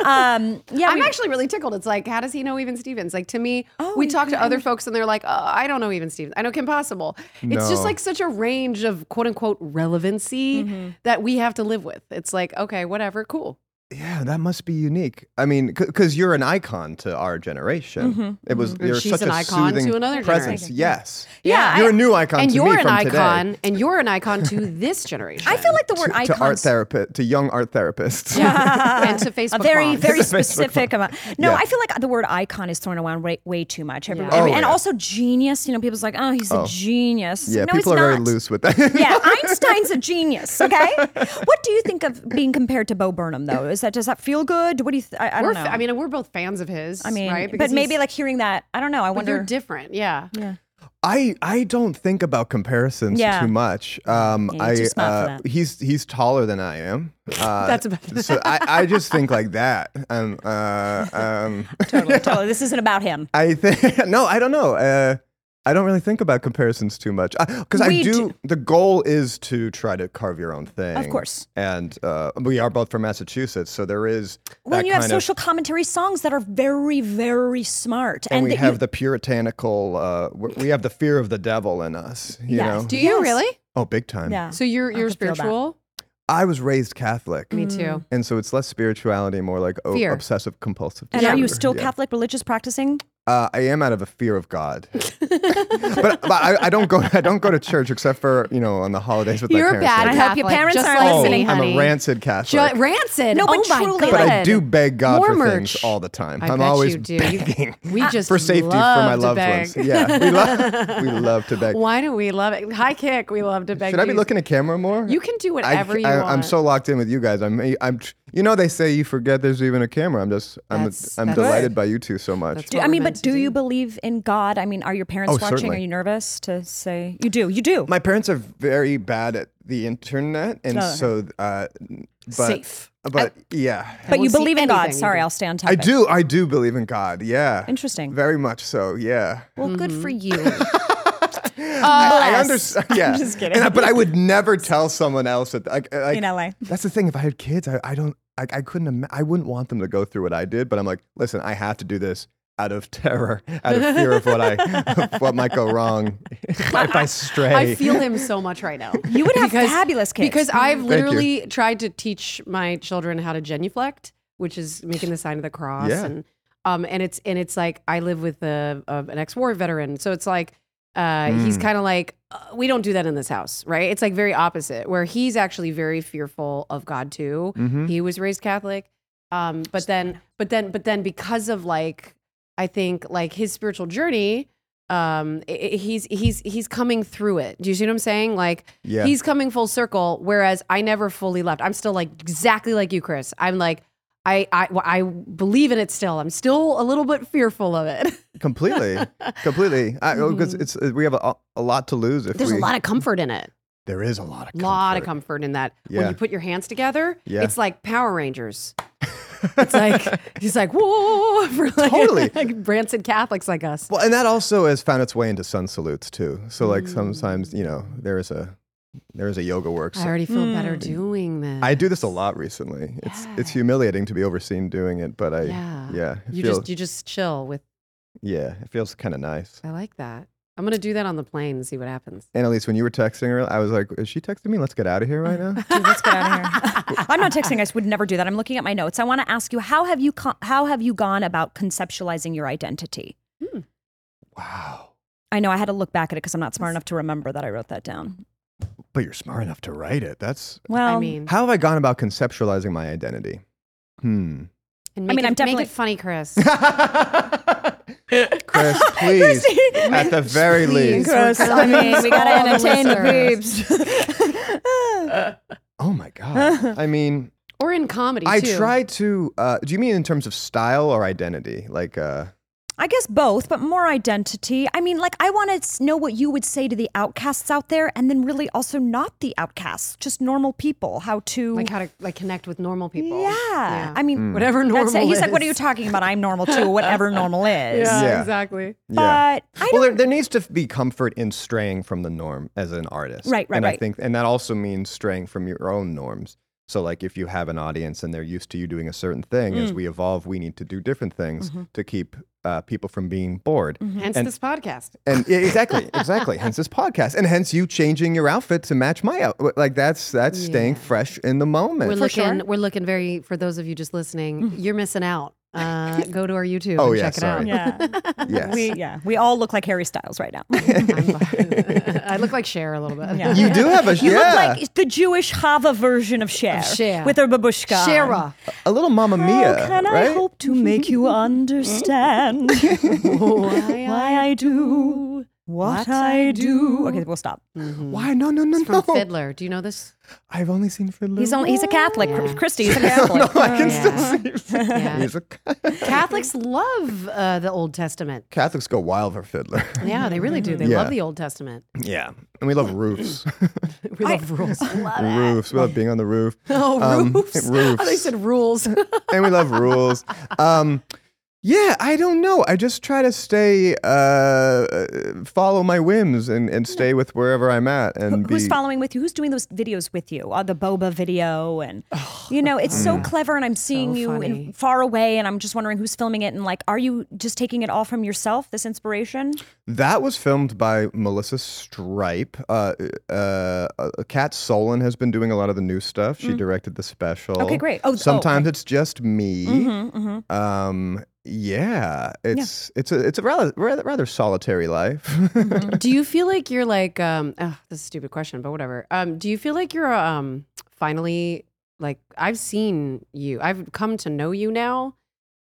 [SPEAKER 2] Um, yeah,
[SPEAKER 3] I'm
[SPEAKER 2] we-
[SPEAKER 3] actually really tickled. It's like, how does he know even Stevens? Like to me,
[SPEAKER 2] Oh,
[SPEAKER 3] we talk to other folks and they're like, oh, I don't know even Stevens. I know Kim Possible. It's just
[SPEAKER 4] No.
[SPEAKER 3] like such a
[SPEAKER 2] Mm-hmm.
[SPEAKER 3] range of quote unquote relevancy that we have to live with. It's like, okay, whatever, cool.
[SPEAKER 4] [laughs] yeah, that must be unique. I mean, because you're an icon to our generation. It was
[SPEAKER 3] And
[SPEAKER 4] you're
[SPEAKER 3] Mm-hmm, she's
[SPEAKER 4] such
[SPEAKER 3] an
[SPEAKER 4] a
[SPEAKER 3] icon to
[SPEAKER 4] soothing
[SPEAKER 3] another
[SPEAKER 4] presence.
[SPEAKER 3] generation.
[SPEAKER 4] Yes,
[SPEAKER 3] Yeah,
[SPEAKER 4] you're
[SPEAKER 3] I-
[SPEAKER 4] a new icon
[SPEAKER 3] and
[SPEAKER 4] to
[SPEAKER 3] you're
[SPEAKER 4] me
[SPEAKER 3] an
[SPEAKER 4] from
[SPEAKER 3] icon,
[SPEAKER 4] today.
[SPEAKER 3] and you're an icon to this generation.
[SPEAKER 2] I feel like the word
[SPEAKER 4] To,
[SPEAKER 2] icons
[SPEAKER 4] to art therapist, to young art
[SPEAKER 3] [laughs]
[SPEAKER 4] therapists.
[SPEAKER 3] and to
[SPEAKER 2] [laughs]
[SPEAKER 3] Facebook.
[SPEAKER 2] a very
[SPEAKER 3] moms.
[SPEAKER 2] very
[SPEAKER 3] [laughs]
[SPEAKER 4] Facebook
[SPEAKER 2] specific [laughs] amount. No,
[SPEAKER 4] Yeah.
[SPEAKER 2] I feel like the word icon is thrown around way, way too much. Every,
[SPEAKER 3] Yeah.
[SPEAKER 2] every-
[SPEAKER 4] Oh,
[SPEAKER 2] and
[SPEAKER 4] yeah.
[SPEAKER 2] also genius. You know, people's like, oh, he's a genius.
[SPEAKER 4] [laughs] yeah,
[SPEAKER 2] no,
[SPEAKER 4] people
[SPEAKER 2] he's
[SPEAKER 4] are
[SPEAKER 2] not.
[SPEAKER 4] very loose with that.
[SPEAKER 2] Yeah,
[SPEAKER 3] [laughs]
[SPEAKER 4] [laughs]
[SPEAKER 2] Einstein's a genius. Okay, what do you think of being compared to Bo Burnham though? Is that does that feel good? What do you? Th- I, I
[SPEAKER 3] We're
[SPEAKER 2] don't
[SPEAKER 3] f-
[SPEAKER 2] know.
[SPEAKER 3] I mean, we're both fans of his.
[SPEAKER 2] I mean,
[SPEAKER 3] right?
[SPEAKER 2] but
[SPEAKER 3] Because
[SPEAKER 2] maybe
[SPEAKER 3] he's-
[SPEAKER 2] like hearing that. I don't know. I
[SPEAKER 3] but
[SPEAKER 2] wonder.
[SPEAKER 3] you're different. Yeah.
[SPEAKER 2] yeah.
[SPEAKER 4] I I don't think about comparisons
[SPEAKER 2] Yeah.
[SPEAKER 4] too much. Um,
[SPEAKER 2] Yeah,
[SPEAKER 4] I
[SPEAKER 2] you're too smart for
[SPEAKER 4] uh,
[SPEAKER 2] that.
[SPEAKER 4] he's he's taller than I
[SPEAKER 2] [laughs]
[SPEAKER 4] am. Uh,
[SPEAKER 3] That's about it.
[SPEAKER 4] so I, I just think like that. Um, uh,
[SPEAKER 2] [laughs]
[SPEAKER 4] um,
[SPEAKER 2] Totally, totally. Oh, This isn't about him.
[SPEAKER 4] I think [laughs] no, I don't know. Uh, I don't really think about comparisons too much because I,
[SPEAKER 2] We
[SPEAKER 4] do,
[SPEAKER 2] do-
[SPEAKER 4] The goal is to try to carve your own thing,
[SPEAKER 2] Of course.
[SPEAKER 4] And uh, we are both from Massachusetts, so there is
[SPEAKER 2] When
[SPEAKER 4] that
[SPEAKER 2] you have
[SPEAKER 4] kind of-
[SPEAKER 2] social commentary songs that are very, very smart,
[SPEAKER 4] and, we
[SPEAKER 2] that
[SPEAKER 4] have
[SPEAKER 2] you,
[SPEAKER 4] the puritanical. Uh, w- we have the fear of the devil in us. You
[SPEAKER 2] Yes.
[SPEAKER 4] know,
[SPEAKER 3] Do you
[SPEAKER 2] Yes.
[SPEAKER 3] really?
[SPEAKER 4] oh, big time.
[SPEAKER 2] yeah.
[SPEAKER 3] So you're you're
[SPEAKER 2] could feel that.
[SPEAKER 3] spiritual.
[SPEAKER 4] I was raised Catholic.
[SPEAKER 3] Me too.
[SPEAKER 4] And so it's less spirituality, more like oh,
[SPEAKER 3] Fear.
[SPEAKER 4] obsessive compulsive.
[SPEAKER 2] and are you
[SPEAKER 4] disorder.
[SPEAKER 2] still
[SPEAKER 4] Yeah.
[SPEAKER 2] Catholic religious practicing?
[SPEAKER 4] Uh, I am out of a fear
[SPEAKER 3] [laughs]
[SPEAKER 4] of God, but, but I, I don't go. I don't go to church except for you know on the holidays with
[SPEAKER 3] You're
[SPEAKER 4] my
[SPEAKER 3] a
[SPEAKER 4] parents.
[SPEAKER 3] bad
[SPEAKER 2] I
[SPEAKER 4] Like,
[SPEAKER 2] hope your
[SPEAKER 3] Catholic,
[SPEAKER 2] parents
[SPEAKER 3] just
[SPEAKER 2] aren't
[SPEAKER 3] like
[SPEAKER 4] oh,
[SPEAKER 2] listening,
[SPEAKER 3] me,
[SPEAKER 4] I'm
[SPEAKER 3] honey.
[SPEAKER 4] a rancid Catholic.
[SPEAKER 3] Ju- rancid.
[SPEAKER 2] No, but
[SPEAKER 3] oh my
[SPEAKER 2] truly,
[SPEAKER 3] God.
[SPEAKER 4] but I do beg God
[SPEAKER 3] More
[SPEAKER 4] for
[SPEAKER 3] merch.
[SPEAKER 4] things all the time.
[SPEAKER 3] I
[SPEAKER 4] am
[SPEAKER 3] bet
[SPEAKER 4] always
[SPEAKER 3] you do.
[SPEAKER 4] begging
[SPEAKER 3] [laughs] We just
[SPEAKER 4] for safety for
[SPEAKER 3] love
[SPEAKER 4] my
[SPEAKER 3] to
[SPEAKER 4] loved
[SPEAKER 3] beg.
[SPEAKER 4] ones. Yeah,
[SPEAKER 3] [laughs]
[SPEAKER 4] we love. we love to beg.
[SPEAKER 3] Why do we love it? High kick. We love to beg.
[SPEAKER 4] Should I be
[SPEAKER 3] Jesus.
[SPEAKER 4] looking at camera more?
[SPEAKER 3] You can do whatever you want.
[SPEAKER 4] am so locked in with you guys. I'm. I'm. tr- You know, they say you forget there's even a camera. I'm just. I'm.
[SPEAKER 3] That's-
[SPEAKER 4] I'm
[SPEAKER 3] that's-
[SPEAKER 4] delighted by you two so much.
[SPEAKER 3] That's
[SPEAKER 2] Do,
[SPEAKER 3] what
[SPEAKER 2] I
[SPEAKER 3] we're
[SPEAKER 2] mean,
[SPEAKER 3] meant
[SPEAKER 2] but
[SPEAKER 3] to
[SPEAKER 2] do you believe in God? I mean, are your parents
[SPEAKER 4] Oh,
[SPEAKER 2] watching?
[SPEAKER 4] certainly.
[SPEAKER 2] Are you nervous to say you do? You do.
[SPEAKER 4] my parents are very bad at the internet, and
[SPEAKER 2] Oh, okay.
[SPEAKER 4] so uh, but,
[SPEAKER 3] Safe.
[SPEAKER 4] But yeah,
[SPEAKER 2] but
[SPEAKER 3] we'll
[SPEAKER 2] you
[SPEAKER 3] see
[SPEAKER 2] believe in
[SPEAKER 3] anything
[SPEAKER 2] God.
[SPEAKER 3] you
[SPEAKER 2] Sorry,
[SPEAKER 3] do.
[SPEAKER 2] I'll stay on
[SPEAKER 4] I
[SPEAKER 2] topic.
[SPEAKER 4] do. I do believe in God. Yeah,
[SPEAKER 2] Interesting.
[SPEAKER 4] very much so. Yeah.
[SPEAKER 2] Well, good for you.
[SPEAKER 3] Mm-hmm.
[SPEAKER 4] I, I
[SPEAKER 2] Blessed. [laughs]
[SPEAKER 4] understand. Yeah,
[SPEAKER 2] I'm just kidding.
[SPEAKER 4] And I- but I would never tell someone else that. Like, uh, like,
[SPEAKER 2] In LA.
[SPEAKER 4] That's the thing. If I had kids, I, I don't. I, I couldn't. Ima- I wouldn't want them to go through what I did. But I'm like, listen, I have to do this out of terror, out of fear of what I,
[SPEAKER 2] [laughs]
[SPEAKER 4] of what might go wrong if I stray.
[SPEAKER 3] I
[SPEAKER 4] [laughs]
[SPEAKER 3] feel him so much right now.
[SPEAKER 2] You
[SPEAKER 3] [laughs]
[SPEAKER 2] would have fabulous kids.
[SPEAKER 3] Because I've
[SPEAKER 4] you.
[SPEAKER 3] literally tried to teach my children how to genuflect, which is making the sign of the cross.
[SPEAKER 4] Yeah.
[SPEAKER 3] And um and it's and it's like I live with a, a- an ex-war veteran, so it's like uh he's
[SPEAKER 4] Mm.
[SPEAKER 3] kind of like uh, we don't do that in this house, right? It's like very opposite, where he's actually very fearful of God too.
[SPEAKER 4] Mm-hmm.
[SPEAKER 3] He was raised Catholic, um, but then but then but then because of like I think like his spiritual journey. Um, i- i- he's he's he's coming through it. Do you see what I'm saying? Like,
[SPEAKER 4] Yeah.
[SPEAKER 3] he's coming full circle. Whereas I never fully left. I'm still like exactly like you, Chris. I'm like, I I well, I believe in it still. I'm still a little bit fearful of it. [laughs]
[SPEAKER 4] completely, completely. Because it's uh, we have a, a lot to lose if
[SPEAKER 3] Mm-hmm. There's
[SPEAKER 4] we.
[SPEAKER 3] a lot of comfort in it.
[SPEAKER 4] there is a lot of
[SPEAKER 3] A lot of comfort in that. When
[SPEAKER 4] Yeah.
[SPEAKER 3] you put your hands together,
[SPEAKER 4] Yeah.
[SPEAKER 3] it's like Power
[SPEAKER 4] [laughs]
[SPEAKER 3] Rangers. it's like he's like whoa [laughs] for like,
[SPEAKER 4] Totally.
[SPEAKER 3] like Branson Catholics like us.
[SPEAKER 4] Well, and that also has found its way into sun salutes too. So like sometimes you know there is a there is a yoga works.
[SPEAKER 3] Mm. I already feel better doing this.
[SPEAKER 4] Hmm. I do this a lot recently. It's it's humiliating to be overseen doing it, but I
[SPEAKER 3] Yeah.
[SPEAKER 4] yeah, it
[SPEAKER 3] You
[SPEAKER 4] feels
[SPEAKER 3] just you just chill with.
[SPEAKER 4] yeah it feels kind of nice.
[SPEAKER 3] I like that. I'm gonna do that on the plane and see what happens.
[SPEAKER 4] Annalise, when you were texting her, I was like, "Is she texting me? Let's get out of here right
[SPEAKER 3] [laughs]
[SPEAKER 4] now."
[SPEAKER 2] Dude, let's get out of here. [laughs] I'm not texting. I would never do that. I'm looking at my notes. I want to ask you how have you co- how have you gone about conceptualizing your identity?
[SPEAKER 4] wow,
[SPEAKER 2] I know I had to look back at it because I'm not smart enough to remember that I wrote that down.
[SPEAKER 4] but you're smart enough to write it. That's
[SPEAKER 2] Well,
[SPEAKER 3] I mean,
[SPEAKER 4] how have I gone about conceptualizing my identity? Hmm.
[SPEAKER 3] and
[SPEAKER 2] I
[SPEAKER 3] make
[SPEAKER 2] mean,
[SPEAKER 3] it,
[SPEAKER 2] I'm definitely-
[SPEAKER 3] make it funny,
[SPEAKER 4] [laughs]
[SPEAKER 3] Chris.
[SPEAKER 2] [laughs]
[SPEAKER 4] Chris, please, at the very least.
[SPEAKER 2] Gross. I mean, we gotta entertain the peeps.
[SPEAKER 4] Oh my god. I mean,
[SPEAKER 3] Or in comedy
[SPEAKER 4] I
[SPEAKER 3] too.
[SPEAKER 4] try to. Uh, do you mean in terms of style or identity? Like, uh,
[SPEAKER 2] [laughs] I guess both, but more identity. I mean, like, I want to know what you would say to the outcasts out there, and then really also not the outcasts, just normal people. How to,
[SPEAKER 3] like how to like connect with normal people.
[SPEAKER 2] yeah. I mean,
[SPEAKER 3] whatever normal.
[SPEAKER 2] that's it. He's like,
[SPEAKER 3] is.
[SPEAKER 2] "What are you talking about? I'm normal too.
[SPEAKER 3] [laughs]
[SPEAKER 2] Whatever normal is."
[SPEAKER 3] Yeah,
[SPEAKER 4] Yeah.
[SPEAKER 3] exactly.
[SPEAKER 4] yeah.
[SPEAKER 2] But I
[SPEAKER 4] well,
[SPEAKER 2] don't.
[SPEAKER 4] there, there needs to be comfort in straying from the norm as an artist,
[SPEAKER 2] Right, right,
[SPEAKER 4] And I
[SPEAKER 2] right.
[SPEAKER 4] think, and that also means straying from your own norms. So like if you have an audience and they're used to you doing a certain thing,
[SPEAKER 2] Mm.
[SPEAKER 4] as we evolve, we need to do different things
[SPEAKER 2] Mm-hmm.
[SPEAKER 4] to keep uh, people from being bored.
[SPEAKER 3] Hence
[SPEAKER 4] And-
[SPEAKER 3] this podcast.
[SPEAKER 4] And yeah, exactly, exactly. hence this podcast, and hence you changing your outfit to match my outfit. Like that's that's staying fresh in the moment.
[SPEAKER 3] We're looking. We're looking very. For those of you just
[SPEAKER 2] [laughs]
[SPEAKER 3] listening, you're missing out. Uh, go to our YouTube.
[SPEAKER 4] Oh,
[SPEAKER 3] and
[SPEAKER 4] yeah,
[SPEAKER 3] check it out. [laughs]
[SPEAKER 4] sorry.
[SPEAKER 2] Yeah.
[SPEAKER 4] Yes.
[SPEAKER 2] We yeah. We all look like Harry Styles right now.
[SPEAKER 4] [laughs]
[SPEAKER 3] [laughs] I look like Cher a little bit.
[SPEAKER 2] Yeah. [laughs]
[SPEAKER 3] [laughs]
[SPEAKER 4] you do have a
[SPEAKER 2] You
[SPEAKER 4] yeah,
[SPEAKER 2] look like the Jewish Hava version of Cher,
[SPEAKER 3] Cher.
[SPEAKER 2] with her babushka. on.
[SPEAKER 3] Shara.
[SPEAKER 4] a little Mamma
[SPEAKER 2] How
[SPEAKER 4] Mia,
[SPEAKER 2] can
[SPEAKER 4] right?
[SPEAKER 2] I hope to make
[SPEAKER 4] [laughs]
[SPEAKER 2] you understand why I do what I do? Okay, we'll stop.
[SPEAKER 4] Why? No, no, no,
[SPEAKER 3] It's
[SPEAKER 4] [laughs]
[SPEAKER 3] from
[SPEAKER 4] no.
[SPEAKER 3] Fiddler. Do you know
[SPEAKER 4] [laughs]
[SPEAKER 3] this?
[SPEAKER 4] I've only seen Fiddler.
[SPEAKER 2] He's only he's a
[SPEAKER 4] once.
[SPEAKER 2] Catholic.
[SPEAKER 3] Yeah.
[SPEAKER 2] Christy, he's a Catholic.
[SPEAKER 4] [laughs] I can
[SPEAKER 3] Yeah. [laughs]
[SPEAKER 4] still see.
[SPEAKER 3] Yeah.
[SPEAKER 4] He's a
[SPEAKER 3] Catholics love uh, the Old Testament.
[SPEAKER 4] Catholics go wild for Fiddler. [laughs]
[SPEAKER 3] Yeah, they really do. They
[SPEAKER 4] Yeah.
[SPEAKER 3] love the Old Testament.
[SPEAKER 4] Yeah, and we love roofs.
[SPEAKER 3] We [laughs] love [laughs] rules.
[SPEAKER 4] roofs. We love being on the roof.
[SPEAKER 3] [laughs] Oh,
[SPEAKER 4] Um,
[SPEAKER 3] roofs.
[SPEAKER 4] roofs.
[SPEAKER 3] Oh, they said [laughs] rules.
[SPEAKER 4] and we love rules. Um, yeah, I don't know. I just try to stay, uh, uh, follow my whims and, and stay with wherever I'm at. And be,
[SPEAKER 2] Who's following with you? Who's doing those videos with you? Uh, the boba video, and you know, it's Oh, so clever. And I'm seeing you
[SPEAKER 3] funny.
[SPEAKER 2] in, far away, and I'm just wondering who's filming it. And like, are you just taking it all from yourself? This inspiration?
[SPEAKER 4] That was filmed by Melissa Stripe. Uh, uh, uh, Kat Solon has been doing a lot of the new stuff. She directed the special.
[SPEAKER 2] Mm. Okay, Mm-hmm. great. Oh, oh,
[SPEAKER 4] sometimes it's just me. Um, yeah, it's it's a it's a rather rather, rather solitary life.
[SPEAKER 2] Mm-hmm.
[SPEAKER 4] [laughs]
[SPEAKER 3] do you feel like you're like um ugh, this is a stupid question, but whatever. Um, do you feel like you're um finally like I've seen you. I've come to know you now.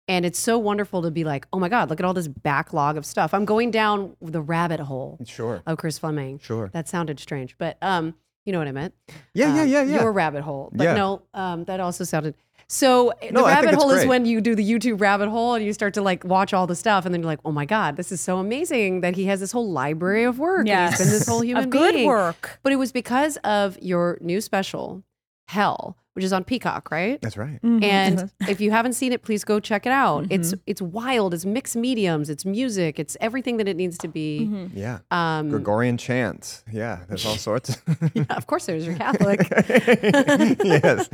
[SPEAKER 3] And it's so wonderful to be like, oh my God, look at all this backlog of stuff. I'm going down the rabbit hole
[SPEAKER 4] sure,
[SPEAKER 2] Uh,
[SPEAKER 3] of Chris Fleming.
[SPEAKER 4] sure.
[SPEAKER 3] That sounded strange, but um, you know what I meant.
[SPEAKER 4] Yeah, yeah,
[SPEAKER 3] Um,
[SPEAKER 4] yeah, yeah.
[SPEAKER 3] Your rabbit hole, but
[SPEAKER 4] Yeah.
[SPEAKER 3] no, um, that also sounded. So eh,
[SPEAKER 4] No,
[SPEAKER 3] the
[SPEAKER 4] I think
[SPEAKER 3] rabbit
[SPEAKER 4] it's
[SPEAKER 3] hole is
[SPEAKER 4] great.
[SPEAKER 3] when you do the YouTube rabbit hole and you start to like watch all the stuff, and then you're like, oh my god, this is so amazing that he has this whole library of work. and he's been this whole human
[SPEAKER 2] [laughs] of good
[SPEAKER 3] being.
[SPEAKER 2] work.
[SPEAKER 3] But it was because of your new special, Hell, which is on Peacock, right?
[SPEAKER 4] That's right.
[SPEAKER 3] And if you haven't seen it, please go check it out. It's
[SPEAKER 2] Mm-hmm.
[SPEAKER 3] it's wild. It's mixed mediums. It's music. It's everything that it needs to be.
[SPEAKER 2] Mm-hmm.
[SPEAKER 4] Yeah.
[SPEAKER 3] Um,
[SPEAKER 4] Gregorian chants. Yeah,
[SPEAKER 3] [laughs]
[SPEAKER 4] there's all sorts. [laughs]
[SPEAKER 3] of course, there's your Catholic.
[SPEAKER 4] yes.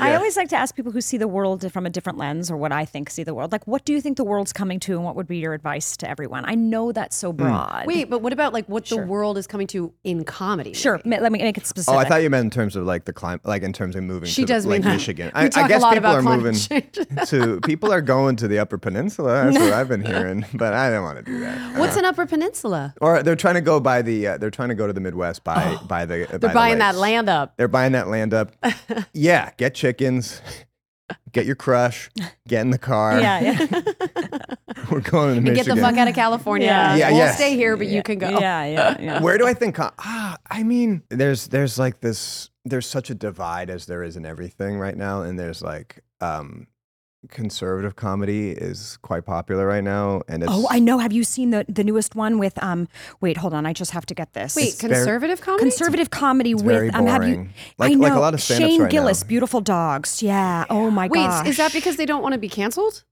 [SPEAKER 2] I always like to ask people who see the world from a different lens or what I think see the world. Like, what do you think the world's coming to and what would be your advice to everyone? I know that's
[SPEAKER 4] Hmm.
[SPEAKER 2] so broad.
[SPEAKER 3] Wait, but what about like what the world is coming to in comedy?
[SPEAKER 2] Sure, ma- let me make it specific.
[SPEAKER 4] Oh, I thought you meant in terms of like the climate, like in terms of moving
[SPEAKER 3] She
[SPEAKER 4] to
[SPEAKER 3] does
[SPEAKER 4] like
[SPEAKER 3] mean that.
[SPEAKER 4] Michigan.
[SPEAKER 3] We
[SPEAKER 4] I, I
[SPEAKER 3] talk a
[SPEAKER 4] guess
[SPEAKER 3] lot
[SPEAKER 4] people
[SPEAKER 3] about
[SPEAKER 4] are
[SPEAKER 3] climate
[SPEAKER 4] moving
[SPEAKER 3] change.
[SPEAKER 4] [laughs] to people are going to the Upper Peninsula. That's what I've been hearing, [laughs] but I don't want to do that. Uh,
[SPEAKER 3] What's an Upper Peninsula?
[SPEAKER 4] Or they're trying to go by the uh, they're trying to go to the Midwest by by the by
[SPEAKER 3] Oh. They're
[SPEAKER 4] the
[SPEAKER 3] buying that
[SPEAKER 4] lakes.
[SPEAKER 3] land up.
[SPEAKER 4] They're buying that
[SPEAKER 3] [laughs]
[SPEAKER 4] land up. yeah, get chickens. Get your crush. Get in the car.
[SPEAKER 2] yeah, yeah,
[SPEAKER 4] [laughs] We're going to
[SPEAKER 3] Get
[SPEAKER 4] Michigan.
[SPEAKER 3] the fuck out of California.
[SPEAKER 2] Yeah.
[SPEAKER 4] Yeah,
[SPEAKER 3] we'll
[SPEAKER 4] yes.
[SPEAKER 3] stay here, but you can go.
[SPEAKER 2] yeah,
[SPEAKER 4] [laughs]
[SPEAKER 2] yeah, yeah.
[SPEAKER 4] Where do I think? co- Ah, I mean, there's there's like this. There's such a divide as there is in everything right now, and there's like um, conservative comedy is quite popular right now, and it's
[SPEAKER 2] Oh, I know. Have you seen the the newest one with um? Wait, hold on. I just have to get this.
[SPEAKER 3] Oh, Wait,
[SPEAKER 4] very-
[SPEAKER 3] conservative comedy?
[SPEAKER 2] conservative comedy with
[SPEAKER 4] very
[SPEAKER 2] um. Have you?
[SPEAKER 4] boring. Like-
[SPEAKER 2] I know
[SPEAKER 4] like a lot of stand-ups
[SPEAKER 2] Shane
[SPEAKER 4] right
[SPEAKER 2] Gillis,
[SPEAKER 4] now.
[SPEAKER 2] Beautiful Dogs. Yeah. Oh my
[SPEAKER 3] Wait,
[SPEAKER 2] gosh.
[SPEAKER 3] is that because they don't want to be canceled?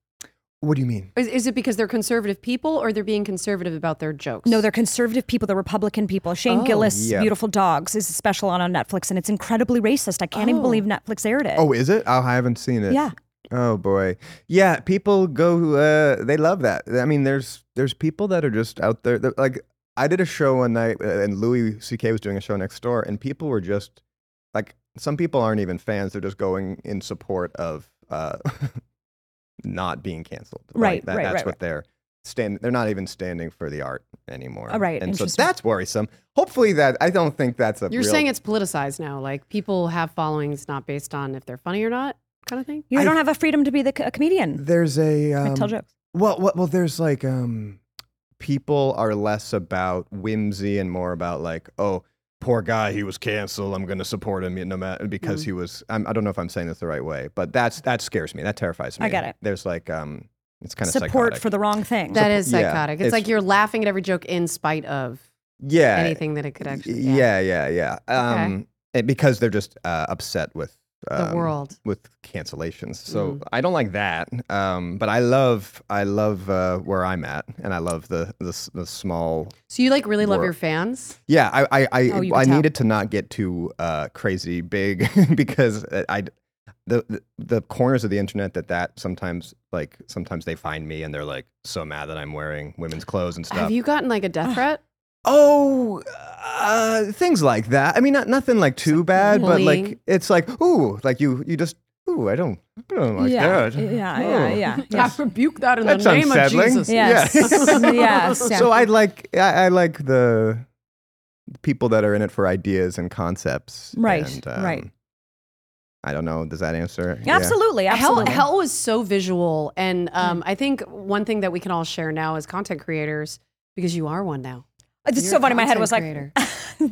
[SPEAKER 4] What do you mean?
[SPEAKER 3] Is, is it because they're conservative people or they're being conservative about their jokes?
[SPEAKER 2] No, they're conservative people. They're Republican people. Shane
[SPEAKER 3] Oh.
[SPEAKER 2] Gillis,
[SPEAKER 4] Yeah.
[SPEAKER 2] Beautiful Dogs, is a special on, on Netflix, and it's incredibly racist. I can't even
[SPEAKER 3] Oh.
[SPEAKER 2] believe Netflix aired it.
[SPEAKER 4] Oh, is it? Oh, I haven't seen it.
[SPEAKER 2] yeah.
[SPEAKER 4] Oh boy. Yeah, people go. Uh, they love that. I mean, there's there's people that are just out there. that- Like I did a show one night, uh, and Louis C.K. was doing a show next door, and people were just like, some people aren't even fans. They're just going in support of uh, [laughs] not being canceled.
[SPEAKER 2] Right, right,
[SPEAKER 4] That's
[SPEAKER 2] right,
[SPEAKER 4] what
[SPEAKER 2] right.
[SPEAKER 4] they're stand. They're not even standing for the art anymore.
[SPEAKER 2] Oh, right,
[SPEAKER 4] And so
[SPEAKER 2] interesting.
[SPEAKER 4] that's worrisome. Hopefully, that I don't think that's a.
[SPEAKER 3] You're
[SPEAKER 4] real-
[SPEAKER 3] saying it's politicized now. Like people have followings not based on if they're funny or not, kind of thing.
[SPEAKER 2] You
[SPEAKER 4] I-
[SPEAKER 2] don't have a freedom to be the co- a comedian.
[SPEAKER 4] there's a.
[SPEAKER 2] I
[SPEAKER 4] Um,
[SPEAKER 2] tell jokes.
[SPEAKER 4] Well, well, well there's like um, people are less about whimsy and more about like, oh, poor guy, he was canceled. I'm going to support him no matter because
[SPEAKER 2] Mm.
[SPEAKER 4] he was. I'm, I don't know if I'm saying this the right way, but that's that scares me. That terrifies me.
[SPEAKER 2] I get it.
[SPEAKER 4] There's like um, it's kind of
[SPEAKER 2] Support
[SPEAKER 4] psychotic.
[SPEAKER 2] for the wrong thing.
[SPEAKER 3] That is
[SPEAKER 4] yeah,
[SPEAKER 3] psychotic. it's,
[SPEAKER 4] it's-
[SPEAKER 3] like you're laughing at every joke in spite of
[SPEAKER 4] yeah
[SPEAKER 3] anything that it could actually.
[SPEAKER 4] yeah yeah yeah. Um,
[SPEAKER 3] Okay.
[SPEAKER 4] and because they're just uh, upset with
[SPEAKER 3] The
[SPEAKER 4] um,
[SPEAKER 3] world.
[SPEAKER 4] with cancellations. So
[SPEAKER 2] Mm.
[SPEAKER 4] I don't like that. Um, but I love I love uh, where I'm at, and I love the the, s- the small.
[SPEAKER 3] So you like really love
[SPEAKER 4] Work.
[SPEAKER 3] your fans?
[SPEAKER 4] Yeah, I I I,
[SPEAKER 2] Oh, you can
[SPEAKER 4] I
[SPEAKER 2] tell.
[SPEAKER 4] needed to not get too uh, crazy big [laughs] because I the, the the corners of the internet that that sometimes like sometimes they find me and they're like so mad that I'm wearing women's clothes and stuff.
[SPEAKER 3] Have you gotten like a [sighs] death threat?
[SPEAKER 4] Oh, uh, things like that. I mean, not nothing like too bad, but
[SPEAKER 3] bullying.
[SPEAKER 4] like it's like ooh, like you you just ooh, I don't, I don't like
[SPEAKER 2] yeah.
[SPEAKER 4] that.
[SPEAKER 2] yeah, yeah,
[SPEAKER 4] Oh.
[SPEAKER 2] yeah,
[SPEAKER 4] [laughs]
[SPEAKER 2] yeah.
[SPEAKER 3] I rebuke that in
[SPEAKER 4] That's unsettling.
[SPEAKER 2] Yes.
[SPEAKER 4] [laughs] Yeah.
[SPEAKER 2] yes. Yeah.
[SPEAKER 4] So
[SPEAKER 2] [laughs]
[SPEAKER 4] I like I, I like the people that are in it for ideas and concepts.
[SPEAKER 2] Right,
[SPEAKER 4] and, um,
[SPEAKER 2] right.
[SPEAKER 4] I don't know. Does that answer?
[SPEAKER 2] Yeah, absolutely.
[SPEAKER 3] Hell,
[SPEAKER 2] Absolutely. Hmm.
[SPEAKER 3] hell was so visual, and um, I think one thing that we can all share now as content creators, because you are one now.
[SPEAKER 2] It's
[SPEAKER 3] You're
[SPEAKER 2] so
[SPEAKER 3] a
[SPEAKER 2] funny. My head
[SPEAKER 3] content
[SPEAKER 2] was like, [laughs]
[SPEAKER 3] creator.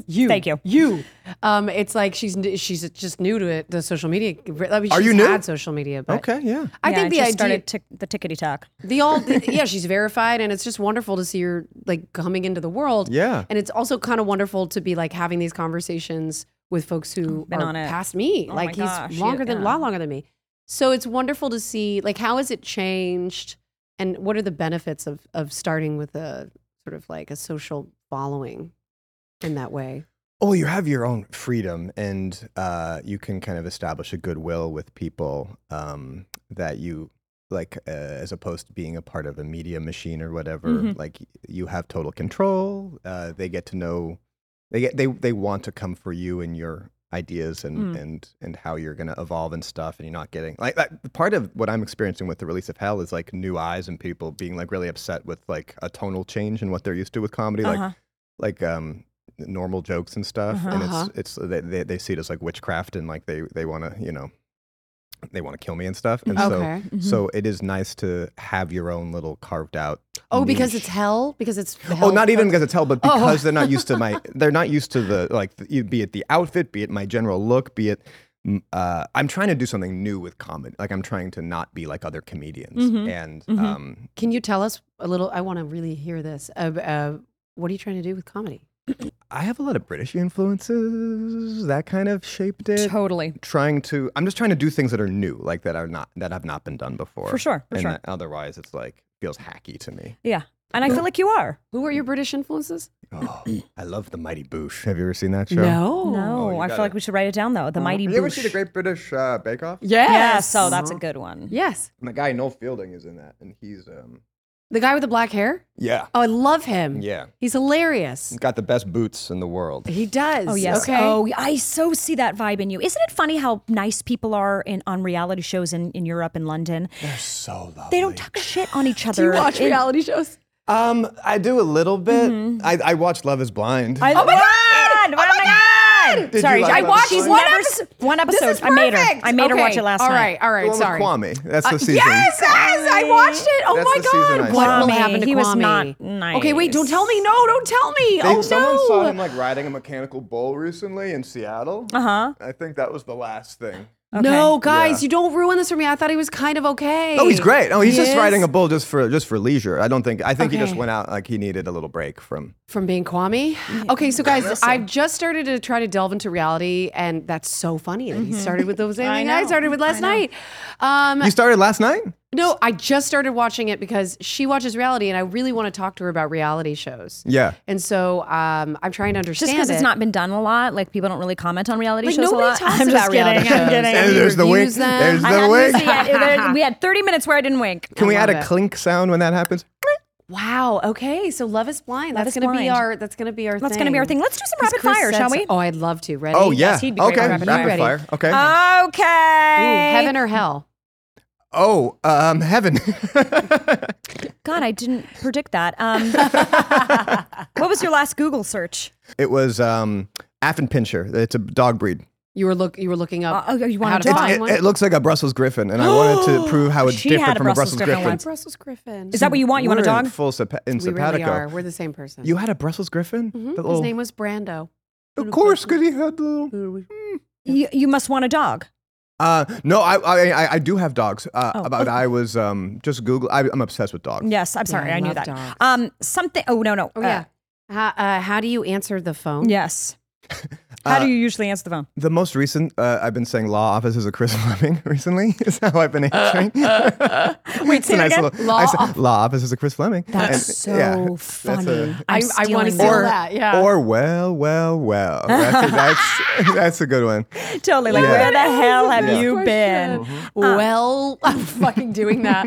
[SPEAKER 3] you.
[SPEAKER 2] Thank you.
[SPEAKER 3] You. Um, it's like she's n- she's just new to it, the social media. I mean,
[SPEAKER 4] Are
[SPEAKER 3] she's
[SPEAKER 4] you new?
[SPEAKER 3] Had social media, but
[SPEAKER 4] Okay. Yeah.
[SPEAKER 3] I
[SPEAKER 2] Yeah,
[SPEAKER 3] think the
[SPEAKER 2] just
[SPEAKER 3] idea,
[SPEAKER 2] started tick the tickety tack.
[SPEAKER 3] the all, the,
[SPEAKER 4] [laughs]
[SPEAKER 3] yeah, she's verified, and it's just wonderful to see her like coming into the world.
[SPEAKER 4] Yeah.
[SPEAKER 3] and it's also kind of wonderful to be like having these conversations with folks who
[SPEAKER 2] Been
[SPEAKER 3] are
[SPEAKER 2] on it.
[SPEAKER 3] past me.
[SPEAKER 2] Oh
[SPEAKER 3] like
[SPEAKER 2] my
[SPEAKER 3] he's
[SPEAKER 2] gosh,
[SPEAKER 3] longer
[SPEAKER 2] yeah,
[SPEAKER 3] than a
[SPEAKER 2] yeah.
[SPEAKER 3] lot longer than me. So it's wonderful to see like how has it changed, and what are the benefits of of starting with a sort of like a social following in that way.
[SPEAKER 4] Oh, you have your own freedom, and uh, you can kind of establish a goodwill with people um, that you like, uh, as opposed to being a part of a media machine or whatever.
[SPEAKER 2] Mhm.
[SPEAKER 4] Like you have total control. Uh, they get to know. They get they they want to come for you and your ideas and
[SPEAKER 2] Mm.
[SPEAKER 4] and and how you're gonna evolve and stuff. And you're not getting like that, part of what I'm experiencing with the release of Hell is like new eyes and people being like really upset with like a tonal change and what they're used to with comedy. Like
[SPEAKER 2] Uh-huh.
[SPEAKER 4] like um normal jokes and stuff and
[SPEAKER 3] Uh-huh.
[SPEAKER 4] it's it's they, they they see it as like witchcraft and like they they want to you know they want to kill me and stuff and
[SPEAKER 3] Okay. mm-hmm.
[SPEAKER 4] so so it is nice to have your own little carved out
[SPEAKER 3] Oh, because
[SPEAKER 4] niche.
[SPEAKER 3] it's hell. Because it's
[SPEAKER 4] Oh,
[SPEAKER 3] hell
[SPEAKER 4] not even
[SPEAKER 3] folks?
[SPEAKER 4] because it's hell, but
[SPEAKER 3] Oh.
[SPEAKER 4] because they're not used to
[SPEAKER 3] [laughs]
[SPEAKER 4] my, they're not used to the like, the, you- be it the outfit, be it my general look, be it. mm, Uh, I'm trying to do something new with comedy. Like I'm trying to not be like other comedians.
[SPEAKER 3] Mm-hmm,
[SPEAKER 4] And um,
[SPEAKER 3] Can you tell us a little? I want to really hear this. Uh, uh, what are you trying to do with comedy?
[SPEAKER 4] I have a lot of British influences. That kind of shaped it.
[SPEAKER 2] Totally.
[SPEAKER 4] trying to i'm just trying to do things that are new like that are not that have not been done before
[SPEAKER 2] For sure, for
[SPEAKER 4] and
[SPEAKER 2] sure.
[SPEAKER 4] that otherwise it's like feels hacky to [clears throat] me
[SPEAKER 2] Yeah. And I feel like you are.
[SPEAKER 3] Who are your British influences?
[SPEAKER 4] oh, i love the mighty boosh have you ever seen that show
[SPEAKER 3] No.
[SPEAKER 2] No,
[SPEAKER 4] you Uh-huh.
[SPEAKER 2] I feel
[SPEAKER 4] gotta-
[SPEAKER 2] like we should write it down though. The mighty.
[SPEAKER 4] have you ever
[SPEAKER 2] Boosh.
[SPEAKER 4] seen the great british uh, bake off
[SPEAKER 3] Yes. Oh,
[SPEAKER 2] Yeah, so that's a good one.
[SPEAKER 3] Yes.
[SPEAKER 4] the guy noel fielding is in that and he's um
[SPEAKER 3] The guy with the black hair.
[SPEAKER 4] yeah
[SPEAKER 3] Oh, I love him.
[SPEAKER 4] yeah
[SPEAKER 3] He's hilarious.
[SPEAKER 4] he's got the best boots in the world
[SPEAKER 3] He does.
[SPEAKER 2] Oh yes.
[SPEAKER 3] Okay.
[SPEAKER 2] Oh, I so see that vibe in you. Isn't it funny how nice people are in on reality shows in, in Europe and London?
[SPEAKER 4] they're so lovely
[SPEAKER 2] They don't talk shit on each other.
[SPEAKER 3] Do you watch
[SPEAKER 2] in-
[SPEAKER 3] reality shows?
[SPEAKER 4] um i do a little bit I, I watch love is blind
[SPEAKER 2] Mm-hmm. I, oh my god! Oh my god!
[SPEAKER 4] Did
[SPEAKER 2] Sorry,
[SPEAKER 4] you like
[SPEAKER 2] I
[SPEAKER 4] that
[SPEAKER 2] watched
[SPEAKER 4] episode?
[SPEAKER 2] she's
[SPEAKER 4] One
[SPEAKER 2] never s- one episode. I made her. I made her watch it last
[SPEAKER 3] All
[SPEAKER 2] night.
[SPEAKER 3] right. All
[SPEAKER 4] The
[SPEAKER 3] right.
[SPEAKER 4] one with
[SPEAKER 3] Sorry. Uh,
[SPEAKER 4] kwame that's
[SPEAKER 2] Uh,
[SPEAKER 4] the season
[SPEAKER 3] Yes, yes, I watched it. Oh
[SPEAKER 4] That's
[SPEAKER 3] my
[SPEAKER 4] the season I
[SPEAKER 3] God!
[SPEAKER 4] saw.
[SPEAKER 3] What will
[SPEAKER 2] Kwame,
[SPEAKER 3] happen to
[SPEAKER 2] he
[SPEAKER 3] Kwame?
[SPEAKER 2] was not
[SPEAKER 3] Okay, wait. Don't
[SPEAKER 2] nice.
[SPEAKER 3] tell me. No, don't tell me.
[SPEAKER 4] They,
[SPEAKER 3] oh
[SPEAKER 4] someone
[SPEAKER 3] no!
[SPEAKER 4] saw him like riding a mechanical bull recently in Seattle. Uh
[SPEAKER 2] Uh-huh.
[SPEAKER 4] huh. I think that was the last thing.
[SPEAKER 3] No, guys,
[SPEAKER 4] Yeah.
[SPEAKER 3] you don't ruin this for me. I thought he was kind of okay.
[SPEAKER 4] Oh, he's great. Oh, he's
[SPEAKER 3] He
[SPEAKER 4] just
[SPEAKER 3] is?
[SPEAKER 4] riding a bull just for just for leisure. I don't think. I think he just
[SPEAKER 3] Okay.
[SPEAKER 4] went out like he needed a little break from.
[SPEAKER 3] From being Kwame. Okay, so guys, I've just started to try to delve into reality, and that's so funny. that He started with
[SPEAKER 2] [laughs]
[SPEAKER 3] those. I, I
[SPEAKER 2] Mm-hmm. know.
[SPEAKER 3] started with last night. Um,
[SPEAKER 4] You started last night.
[SPEAKER 3] no, I just started watching it because she watches reality, and I really want to talk to her about reality shows.
[SPEAKER 4] Yeah.
[SPEAKER 3] And so um, I'm trying to understand.
[SPEAKER 2] Just because it's
[SPEAKER 3] it.
[SPEAKER 2] not been done a lot, like people don't really comment on reality
[SPEAKER 3] Like,
[SPEAKER 2] shows a
[SPEAKER 3] nobody
[SPEAKER 2] lot.
[SPEAKER 3] talks
[SPEAKER 2] I'm just
[SPEAKER 3] about reality
[SPEAKER 2] kidding. I'm
[SPEAKER 3] shows.
[SPEAKER 2] kidding.
[SPEAKER 4] And there's the wink.
[SPEAKER 3] reviews them?
[SPEAKER 4] There's
[SPEAKER 2] I
[SPEAKER 4] the
[SPEAKER 2] had
[SPEAKER 4] wink.
[SPEAKER 2] to see it.
[SPEAKER 3] [laughs]
[SPEAKER 2] There- we had 30 minutes where I didn't wink.
[SPEAKER 4] Can we
[SPEAKER 3] I
[SPEAKER 4] add
[SPEAKER 3] love
[SPEAKER 4] a
[SPEAKER 3] it.
[SPEAKER 4] clink sound when that happens?
[SPEAKER 3] Wow. Okay. So Love is blind.
[SPEAKER 2] Love is
[SPEAKER 3] that's gonna be
[SPEAKER 2] Blind.
[SPEAKER 3] our. That's gonna be our.
[SPEAKER 2] That's
[SPEAKER 3] thing.
[SPEAKER 2] gonna be our thing. Let's do some
[SPEAKER 3] 'Cause
[SPEAKER 2] rapid
[SPEAKER 3] Chris
[SPEAKER 2] fire,
[SPEAKER 3] said
[SPEAKER 2] shall
[SPEAKER 3] so-
[SPEAKER 2] we?
[SPEAKER 3] Oh, I'd love to. Ready?
[SPEAKER 4] Oh yeah.
[SPEAKER 2] he'd be great
[SPEAKER 4] okay.
[SPEAKER 2] for Uh, rapid fire.
[SPEAKER 4] Rapid fire. Okay.
[SPEAKER 3] Oh,
[SPEAKER 2] Okay.
[SPEAKER 3] Heaven or hell?
[SPEAKER 4] oh, um, heaven. [laughs]
[SPEAKER 2] God, I didn't predict that. [laughs] Um, what was your last Google search?
[SPEAKER 4] it was um, Affenpinscher. It's a dog breed.
[SPEAKER 3] You were look. You were looking up.
[SPEAKER 2] Uh, oh, you want
[SPEAKER 3] how
[SPEAKER 2] a
[SPEAKER 3] to
[SPEAKER 2] dog?
[SPEAKER 3] find
[SPEAKER 4] It,
[SPEAKER 3] one?
[SPEAKER 4] it looks like a Brussels griffin, and I wanted to prove how it's
[SPEAKER 2] She
[SPEAKER 4] different
[SPEAKER 2] had a
[SPEAKER 4] from
[SPEAKER 2] Brussels
[SPEAKER 4] a Brussels
[SPEAKER 2] griffin
[SPEAKER 4] griffin.
[SPEAKER 2] once.
[SPEAKER 3] Brussels Griffin.
[SPEAKER 2] Is that what you want? You want a
[SPEAKER 4] We're in
[SPEAKER 2] dog?
[SPEAKER 4] full sepa- in
[SPEAKER 3] we really
[SPEAKER 4] simpatico.
[SPEAKER 3] are. We're the same person.
[SPEAKER 4] You had a Brussels
[SPEAKER 3] Mhm.
[SPEAKER 4] griffin?
[SPEAKER 3] His
[SPEAKER 4] That little-
[SPEAKER 3] name was Brando.
[SPEAKER 4] of course, because he had the little.
[SPEAKER 2] You, you must want a dog.
[SPEAKER 4] Uh, no, I, I I- I do have dogs. Uh,
[SPEAKER 2] Oh,
[SPEAKER 4] about I was um just Google. I, I'm obsessed with dogs.
[SPEAKER 2] Yes, I'm sorry,
[SPEAKER 3] I
[SPEAKER 2] I, knew
[SPEAKER 3] love
[SPEAKER 2] that.
[SPEAKER 3] dogs.
[SPEAKER 2] Um, something. Oh no, no.
[SPEAKER 3] Oh
[SPEAKER 2] uh,
[SPEAKER 3] yeah. How, uh, how do you answer the phone?
[SPEAKER 2] yes. How do you usually answer the phone?
[SPEAKER 4] The most recent, uh, I've been saying law offices of Chris [laughs] Fleming recently is how I've been answering. Wait,
[SPEAKER 2] Uh, say it again?
[SPEAKER 4] Law, I say, law offices of Chris Fleming.
[SPEAKER 2] That's so funny.
[SPEAKER 3] I- I
[SPEAKER 2] I'm stealing
[SPEAKER 3] wanna feel
[SPEAKER 4] or,
[SPEAKER 2] that.
[SPEAKER 3] that, yeah.
[SPEAKER 4] or well, well, well. That's,
[SPEAKER 2] [laughs]
[SPEAKER 4] that's, that's a good one.
[SPEAKER 2] Totally. Like,
[SPEAKER 4] Yeah.
[SPEAKER 2] where the hell have you been?
[SPEAKER 3] Question.
[SPEAKER 2] Mm-hmm.
[SPEAKER 4] Uh-huh.
[SPEAKER 3] Well, [laughs] I'm fucking doing
[SPEAKER 4] [laughs]
[SPEAKER 3] that.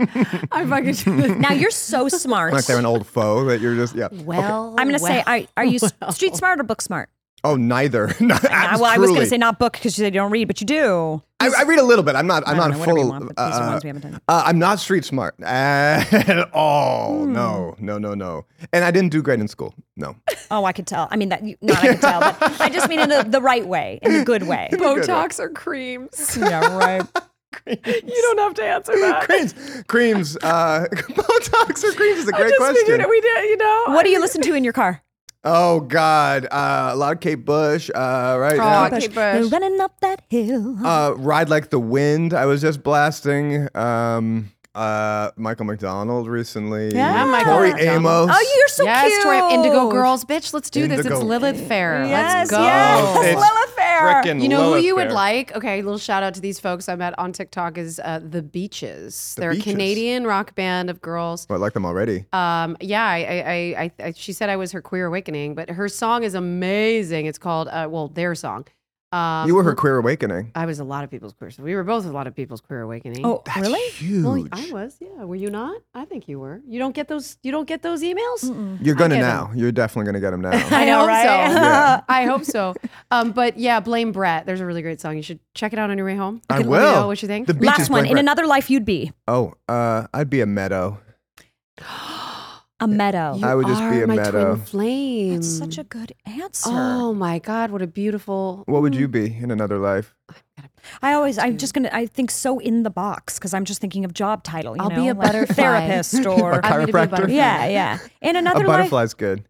[SPEAKER 3] I'm fucking doing that. [laughs]
[SPEAKER 2] Now you're [laughs] so smart.
[SPEAKER 4] Like they're an old foe that you're just yeah.
[SPEAKER 3] Well,
[SPEAKER 2] I'm gonna say, are, are you s- street smart or book smart?
[SPEAKER 4] Oh, neither. [laughs] No,
[SPEAKER 2] Uh, well, I was gonna
[SPEAKER 4] absolutely.
[SPEAKER 2] say not book because you said you don't read, but you do.
[SPEAKER 4] I, I read a little bit. I'm not. I'm
[SPEAKER 2] I don't
[SPEAKER 4] not
[SPEAKER 2] know, whatever you
[SPEAKER 4] full.
[SPEAKER 2] want, but these are ones we haven't done.
[SPEAKER 4] uh, I'm not street smart [laughs] at all. No, no, no, no. And I didn't do great in school. No.
[SPEAKER 2] Oh, I could tell. I mean, that you, not I could tell,
[SPEAKER 3] [laughs]
[SPEAKER 2] but I just mean in the, the right way, in the good way.
[SPEAKER 3] Botox or
[SPEAKER 2] [laughs]
[SPEAKER 3] creams.
[SPEAKER 2] yeah, right.
[SPEAKER 3] [laughs] You don't have to answer that.
[SPEAKER 4] creams, creams, uh, [laughs] Botox or creams is a great
[SPEAKER 3] Just figured
[SPEAKER 4] question.
[SPEAKER 3] it, we did, you know.
[SPEAKER 2] What do you listen to in your
[SPEAKER 3] [laughs]
[SPEAKER 2] car?
[SPEAKER 4] oh God, uh, a lot of Kate Bush, uh, right?
[SPEAKER 3] Oh,
[SPEAKER 4] now.
[SPEAKER 3] Kate
[SPEAKER 2] We're
[SPEAKER 3] Bush. Oh,
[SPEAKER 2] running up that hill.
[SPEAKER 4] Uh, Ride Like the Wind. I was just blasting um, uh, Michael McDonald recently.
[SPEAKER 2] Yeah,
[SPEAKER 3] Michael
[SPEAKER 4] Tori
[SPEAKER 3] McDonald.
[SPEAKER 4] Amos.
[SPEAKER 2] oh, you're so
[SPEAKER 3] yes,
[SPEAKER 2] cute.
[SPEAKER 3] Tori, Indigo Girls, bitch. Let's do this. It's
[SPEAKER 4] Indigo. Oh,
[SPEAKER 3] Lilith Fair.
[SPEAKER 2] Yes,
[SPEAKER 3] Let's go.
[SPEAKER 2] yes.
[SPEAKER 4] It's
[SPEAKER 2] Lilith Fair.
[SPEAKER 4] frickin'
[SPEAKER 3] You know who
[SPEAKER 4] Lilith
[SPEAKER 3] you would
[SPEAKER 4] there.
[SPEAKER 3] like? Okay, little shout out to these folks I met on TikTok is uh, the Beaches.
[SPEAKER 4] The
[SPEAKER 3] They're
[SPEAKER 4] Beaches.
[SPEAKER 3] a Canadian rock band of girls.
[SPEAKER 4] Well, Oh, I like them already.
[SPEAKER 3] Um, yeah, I, I, I, I, she said I was her queer awakening, but her song is amazing. It's called, uh, well, their song. Um,
[SPEAKER 4] you were her queer awakening.
[SPEAKER 3] I was a lot of people's queer. We were both a lot of people's queer awakening.
[SPEAKER 2] Oh,
[SPEAKER 4] That's
[SPEAKER 2] really?
[SPEAKER 4] huge.
[SPEAKER 3] Well, I was. Yeah. Were you not? I think you were. You don't get those. You don't get those emails.
[SPEAKER 4] You're gonna
[SPEAKER 3] get 'em.
[SPEAKER 4] now. You're definitely gonna get
[SPEAKER 2] [laughs]
[SPEAKER 4] them now.
[SPEAKER 3] [laughs] I,
[SPEAKER 2] know,
[SPEAKER 3] hope
[SPEAKER 2] right?
[SPEAKER 3] so.
[SPEAKER 4] Yeah.
[SPEAKER 3] [laughs] I hope so. Um, but yeah, blame Brett. There's a really great song. You should check it out on your way home. You
[SPEAKER 4] I
[SPEAKER 3] can Let me know
[SPEAKER 4] will.
[SPEAKER 3] what you think.
[SPEAKER 4] The beach
[SPEAKER 2] Last
[SPEAKER 4] is
[SPEAKER 2] one.
[SPEAKER 4] Blank
[SPEAKER 2] In
[SPEAKER 4] Bre-
[SPEAKER 2] another life, you'd be
[SPEAKER 4] Oh, uh, I'd be a meadow.
[SPEAKER 2] a meadow.
[SPEAKER 3] You
[SPEAKER 4] I would just be
[SPEAKER 3] are
[SPEAKER 4] a
[SPEAKER 3] my
[SPEAKER 4] meadow.
[SPEAKER 3] twin flame.
[SPEAKER 2] That's such a good answer.
[SPEAKER 3] Um, Oh my God! What a beautiful.
[SPEAKER 4] What
[SPEAKER 2] Hmm.
[SPEAKER 4] would you be in another life?
[SPEAKER 2] I always, I'm just gonna, I think so in the box because I'm just thinking of job title. You
[SPEAKER 3] I'll
[SPEAKER 2] know?
[SPEAKER 3] be a
[SPEAKER 2] like
[SPEAKER 3] butterfly. [laughs]
[SPEAKER 2] therapist or
[SPEAKER 4] A
[SPEAKER 3] I'm gonna be a
[SPEAKER 4] chiropractor? [laughs]
[SPEAKER 3] butterfly.
[SPEAKER 2] yeah, yeah. In
[SPEAKER 4] A
[SPEAKER 2] another life,
[SPEAKER 4] butterfly's good.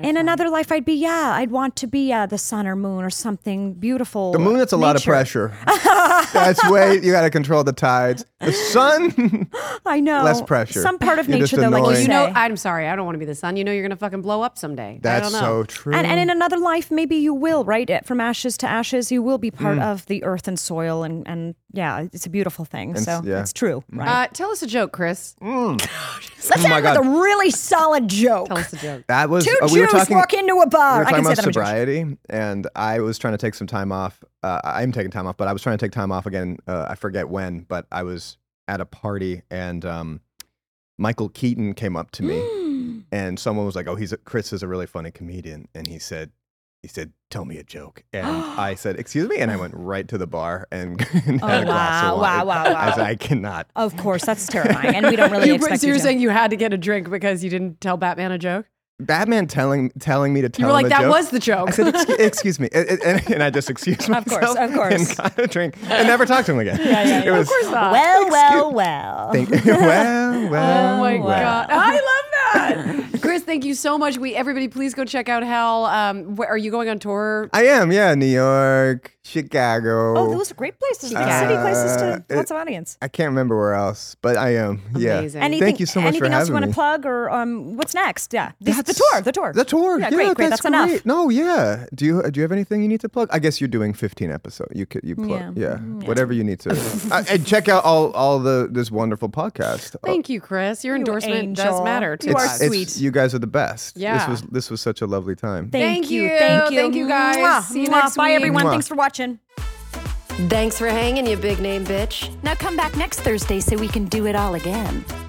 [SPEAKER 2] in another life, I'd be yeah, I'd want to be uh, the sun or moon or something beautiful.
[SPEAKER 4] The moon, that's a lot of
[SPEAKER 2] nature. [laughs]
[SPEAKER 4] pressure. that's way you got to control the tides. The sun,
[SPEAKER 2] I know
[SPEAKER 4] Less pressure.
[SPEAKER 2] Some part of
[SPEAKER 4] You're just
[SPEAKER 2] nature, though, like
[SPEAKER 4] annoying.
[SPEAKER 3] You
[SPEAKER 2] you
[SPEAKER 3] know,
[SPEAKER 2] say.
[SPEAKER 3] I'm sorry. I don't want to be the sun. You know, you're gonna fucking blow up someday. I
[SPEAKER 4] that's
[SPEAKER 3] don't know.
[SPEAKER 4] so true.
[SPEAKER 2] and,
[SPEAKER 3] Mm.
[SPEAKER 2] and in another life, maybe you will, right? Uh, From ashes to ashes, you will be part
[SPEAKER 4] Mm.
[SPEAKER 2] of the earth and soil, and, and yeah, it's a beautiful thing.
[SPEAKER 4] s-
[SPEAKER 2] so
[SPEAKER 4] yeah. Mm. Oh
[SPEAKER 2] it's true, right?
[SPEAKER 3] Uh, tell us a joke, Chris.
[SPEAKER 2] Let's end
[SPEAKER 4] my
[SPEAKER 2] with
[SPEAKER 4] God.
[SPEAKER 2] a really solid joke.
[SPEAKER 3] Tell us a joke.
[SPEAKER 4] that was
[SPEAKER 2] Two
[SPEAKER 4] uh,
[SPEAKER 2] Jews
[SPEAKER 4] we were talking.
[SPEAKER 2] walk into a
[SPEAKER 4] we
[SPEAKER 2] bar.
[SPEAKER 4] were
[SPEAKER 2] I
[SPEAKER 4] talking
[SPEAKER 2] can say
[SPEAKER 4] about
[SPEAKER 2] that I'm Jewish.
[SPEAKER 4] sobriety, and I was trying to take some time off. Uh, I'm taking time off, but I was trying to take time off again. Uh, I forget when, but I was at a party, and um, Michael Keaton came up to
[SPEAKER 2] Mm.
[SPEAKER 4] me, and someone was like, "Oh, he's a, Chris is a really funny comedian," and he said. He said, "Tell me a joke," and
[SPEAKER 2] [gasps]
[SPEAKER 4] I said, "Excuse me," and I went right to the bar and, [laughs] and
[SPEAKER 2] Oh,
[SPEAKER 4] had a glass
[SPEAKER 2] wow,
[SPEAKER 4] of
[SPEAKER 2] wow,
[SPEAKER 4] wine.
[SPEAKER 2] wow,
[SPEAKER 4] I said,
[SPEAKER 2] wow.
[SPEAKER 4] "I cannot."
[SPEAKER 2] Of course, that's terrifying, and
[SPEAKER 3] [laughs]
[SPEAKER 2] we don't really
[SPEAKER 3] You,
[SPEAKER 2] expect
[SPEAKER 3] so you're
[SPEAKER 2] you to.
[SPEAKER 3] saying you had to get a drink because you didn't tell Batman a joke?
[SPEAKER 4] Batman telling telling me to tell
[SPEAKER 3] you were
[SPEAKER 4] him
[SPEAKER 3] like,
[SPEAKER 4] a
[SPEAKER 3] that
[SPEAKER 4] joke.
[SPEAKER 3] was the joke.
[SPEAKER 4] I
[SPEAKER 3] [laughs]
[SPEAKER 4] said, excuse, excuse me. And, and, and I just excused
[SPEAKER 2] Of
[SPEAKER 4] myself.
[SPEAKER 2] course, of course.
[SPEAKER 4] And got a drink. And never talked to him again. Yeah, yeah,
[SPEAKER 3] of course not.
[SPEAKER 2] well, well, well.
[SPEAKER 3] [laughs]
[SPEAKER 4] Think, [laughs] well, well,
[SPEAKER 3] Oh my
[SPEAKER 4] well.
[SPEAKER 3] god! [laughs] I love that, [laughs] Chris. Thank you so much. We everybody, please go check out Hell. Um, where, are you going on tour?
[SPEAKER 4] I am, yeah. New York, Chicago.
[SPEAKER 2] Oh, those are great places. Big
[SPEAKER 4] Uh,
[SPEAKER 2] city places to
[SPEAKER 4] it-
[SPEAKER 2] lots of audience.
[SPEAKER 4] I can't remember where else, but I am.
[SPEAKER 3] Amazing.
[SPEAKER 4] Yeah.
[SPEAKER 3] Thank
[SPEAKER 2] Anything,
[SPEAKER 4] you so much for
[SPEAKER 2] anything else you
[SPEAKER 4] having
[SPEAKER 2] want to
[SPEAKER 4] me.
[SPEAKER 2] plug or um, what's next? Yeah, the, the
[SPEAKER 4] That's-
[SPEAKER 2] tour, the tour,
[SPEAKER 4] The tour.
[SPEAKER 2] Yeah, great, great.
[SPEAKER 4] That's,
[SPEAKER 2] That's, enough.
[SPEAKER 4] great. No, yeah. Do you do you have anything you need to plug? I guess you're doing 15 episodes. You could you plug.
[SPEAKER 2] Yeah.
[SPEAKER 4] Yeah. Whatever you need to. [laughs] uh, and check out all all the this wonderful podcast.
[SPEAKER 3] Thank you, Chris. Your endorsement does
[SPEAKER 2] angel.
[SPEAKER 3] matter to
[SPEAKER 2] You
[SPEAKER 3] us.
[SPEAKER 2] are sweet.
[SPEAKER 4] you guys are the best. This
[SPEAKER 3] Yeah.
[SPEAKER 4] was this was such a lovely time.
[SPEAKER 2] Thank
[SPEAKER 3] Thank
[SPEAKER 2] you,
[SPEAKER 3] you.
[SPEAKER 2] thank you,
[SPEAKER 3] Thank you, guys.
[SPEAKER 2] Mwah,
[SPEAKER 3] See you
[SPEAKER 2] mwah.
[SPEAKER 3] next
[SPEAKER 2] Bye,
[SPEAKER 3] week.
[SPEAKER 2] everyone.
[SPEAKER 4] Mwah.
[SPEAKER 2] Thanks for watching.
[SPEAKER 5] Thanks for hanging, you big name bitch.
[SPEAKER 6] Now come back next Thursday so we can do it all again.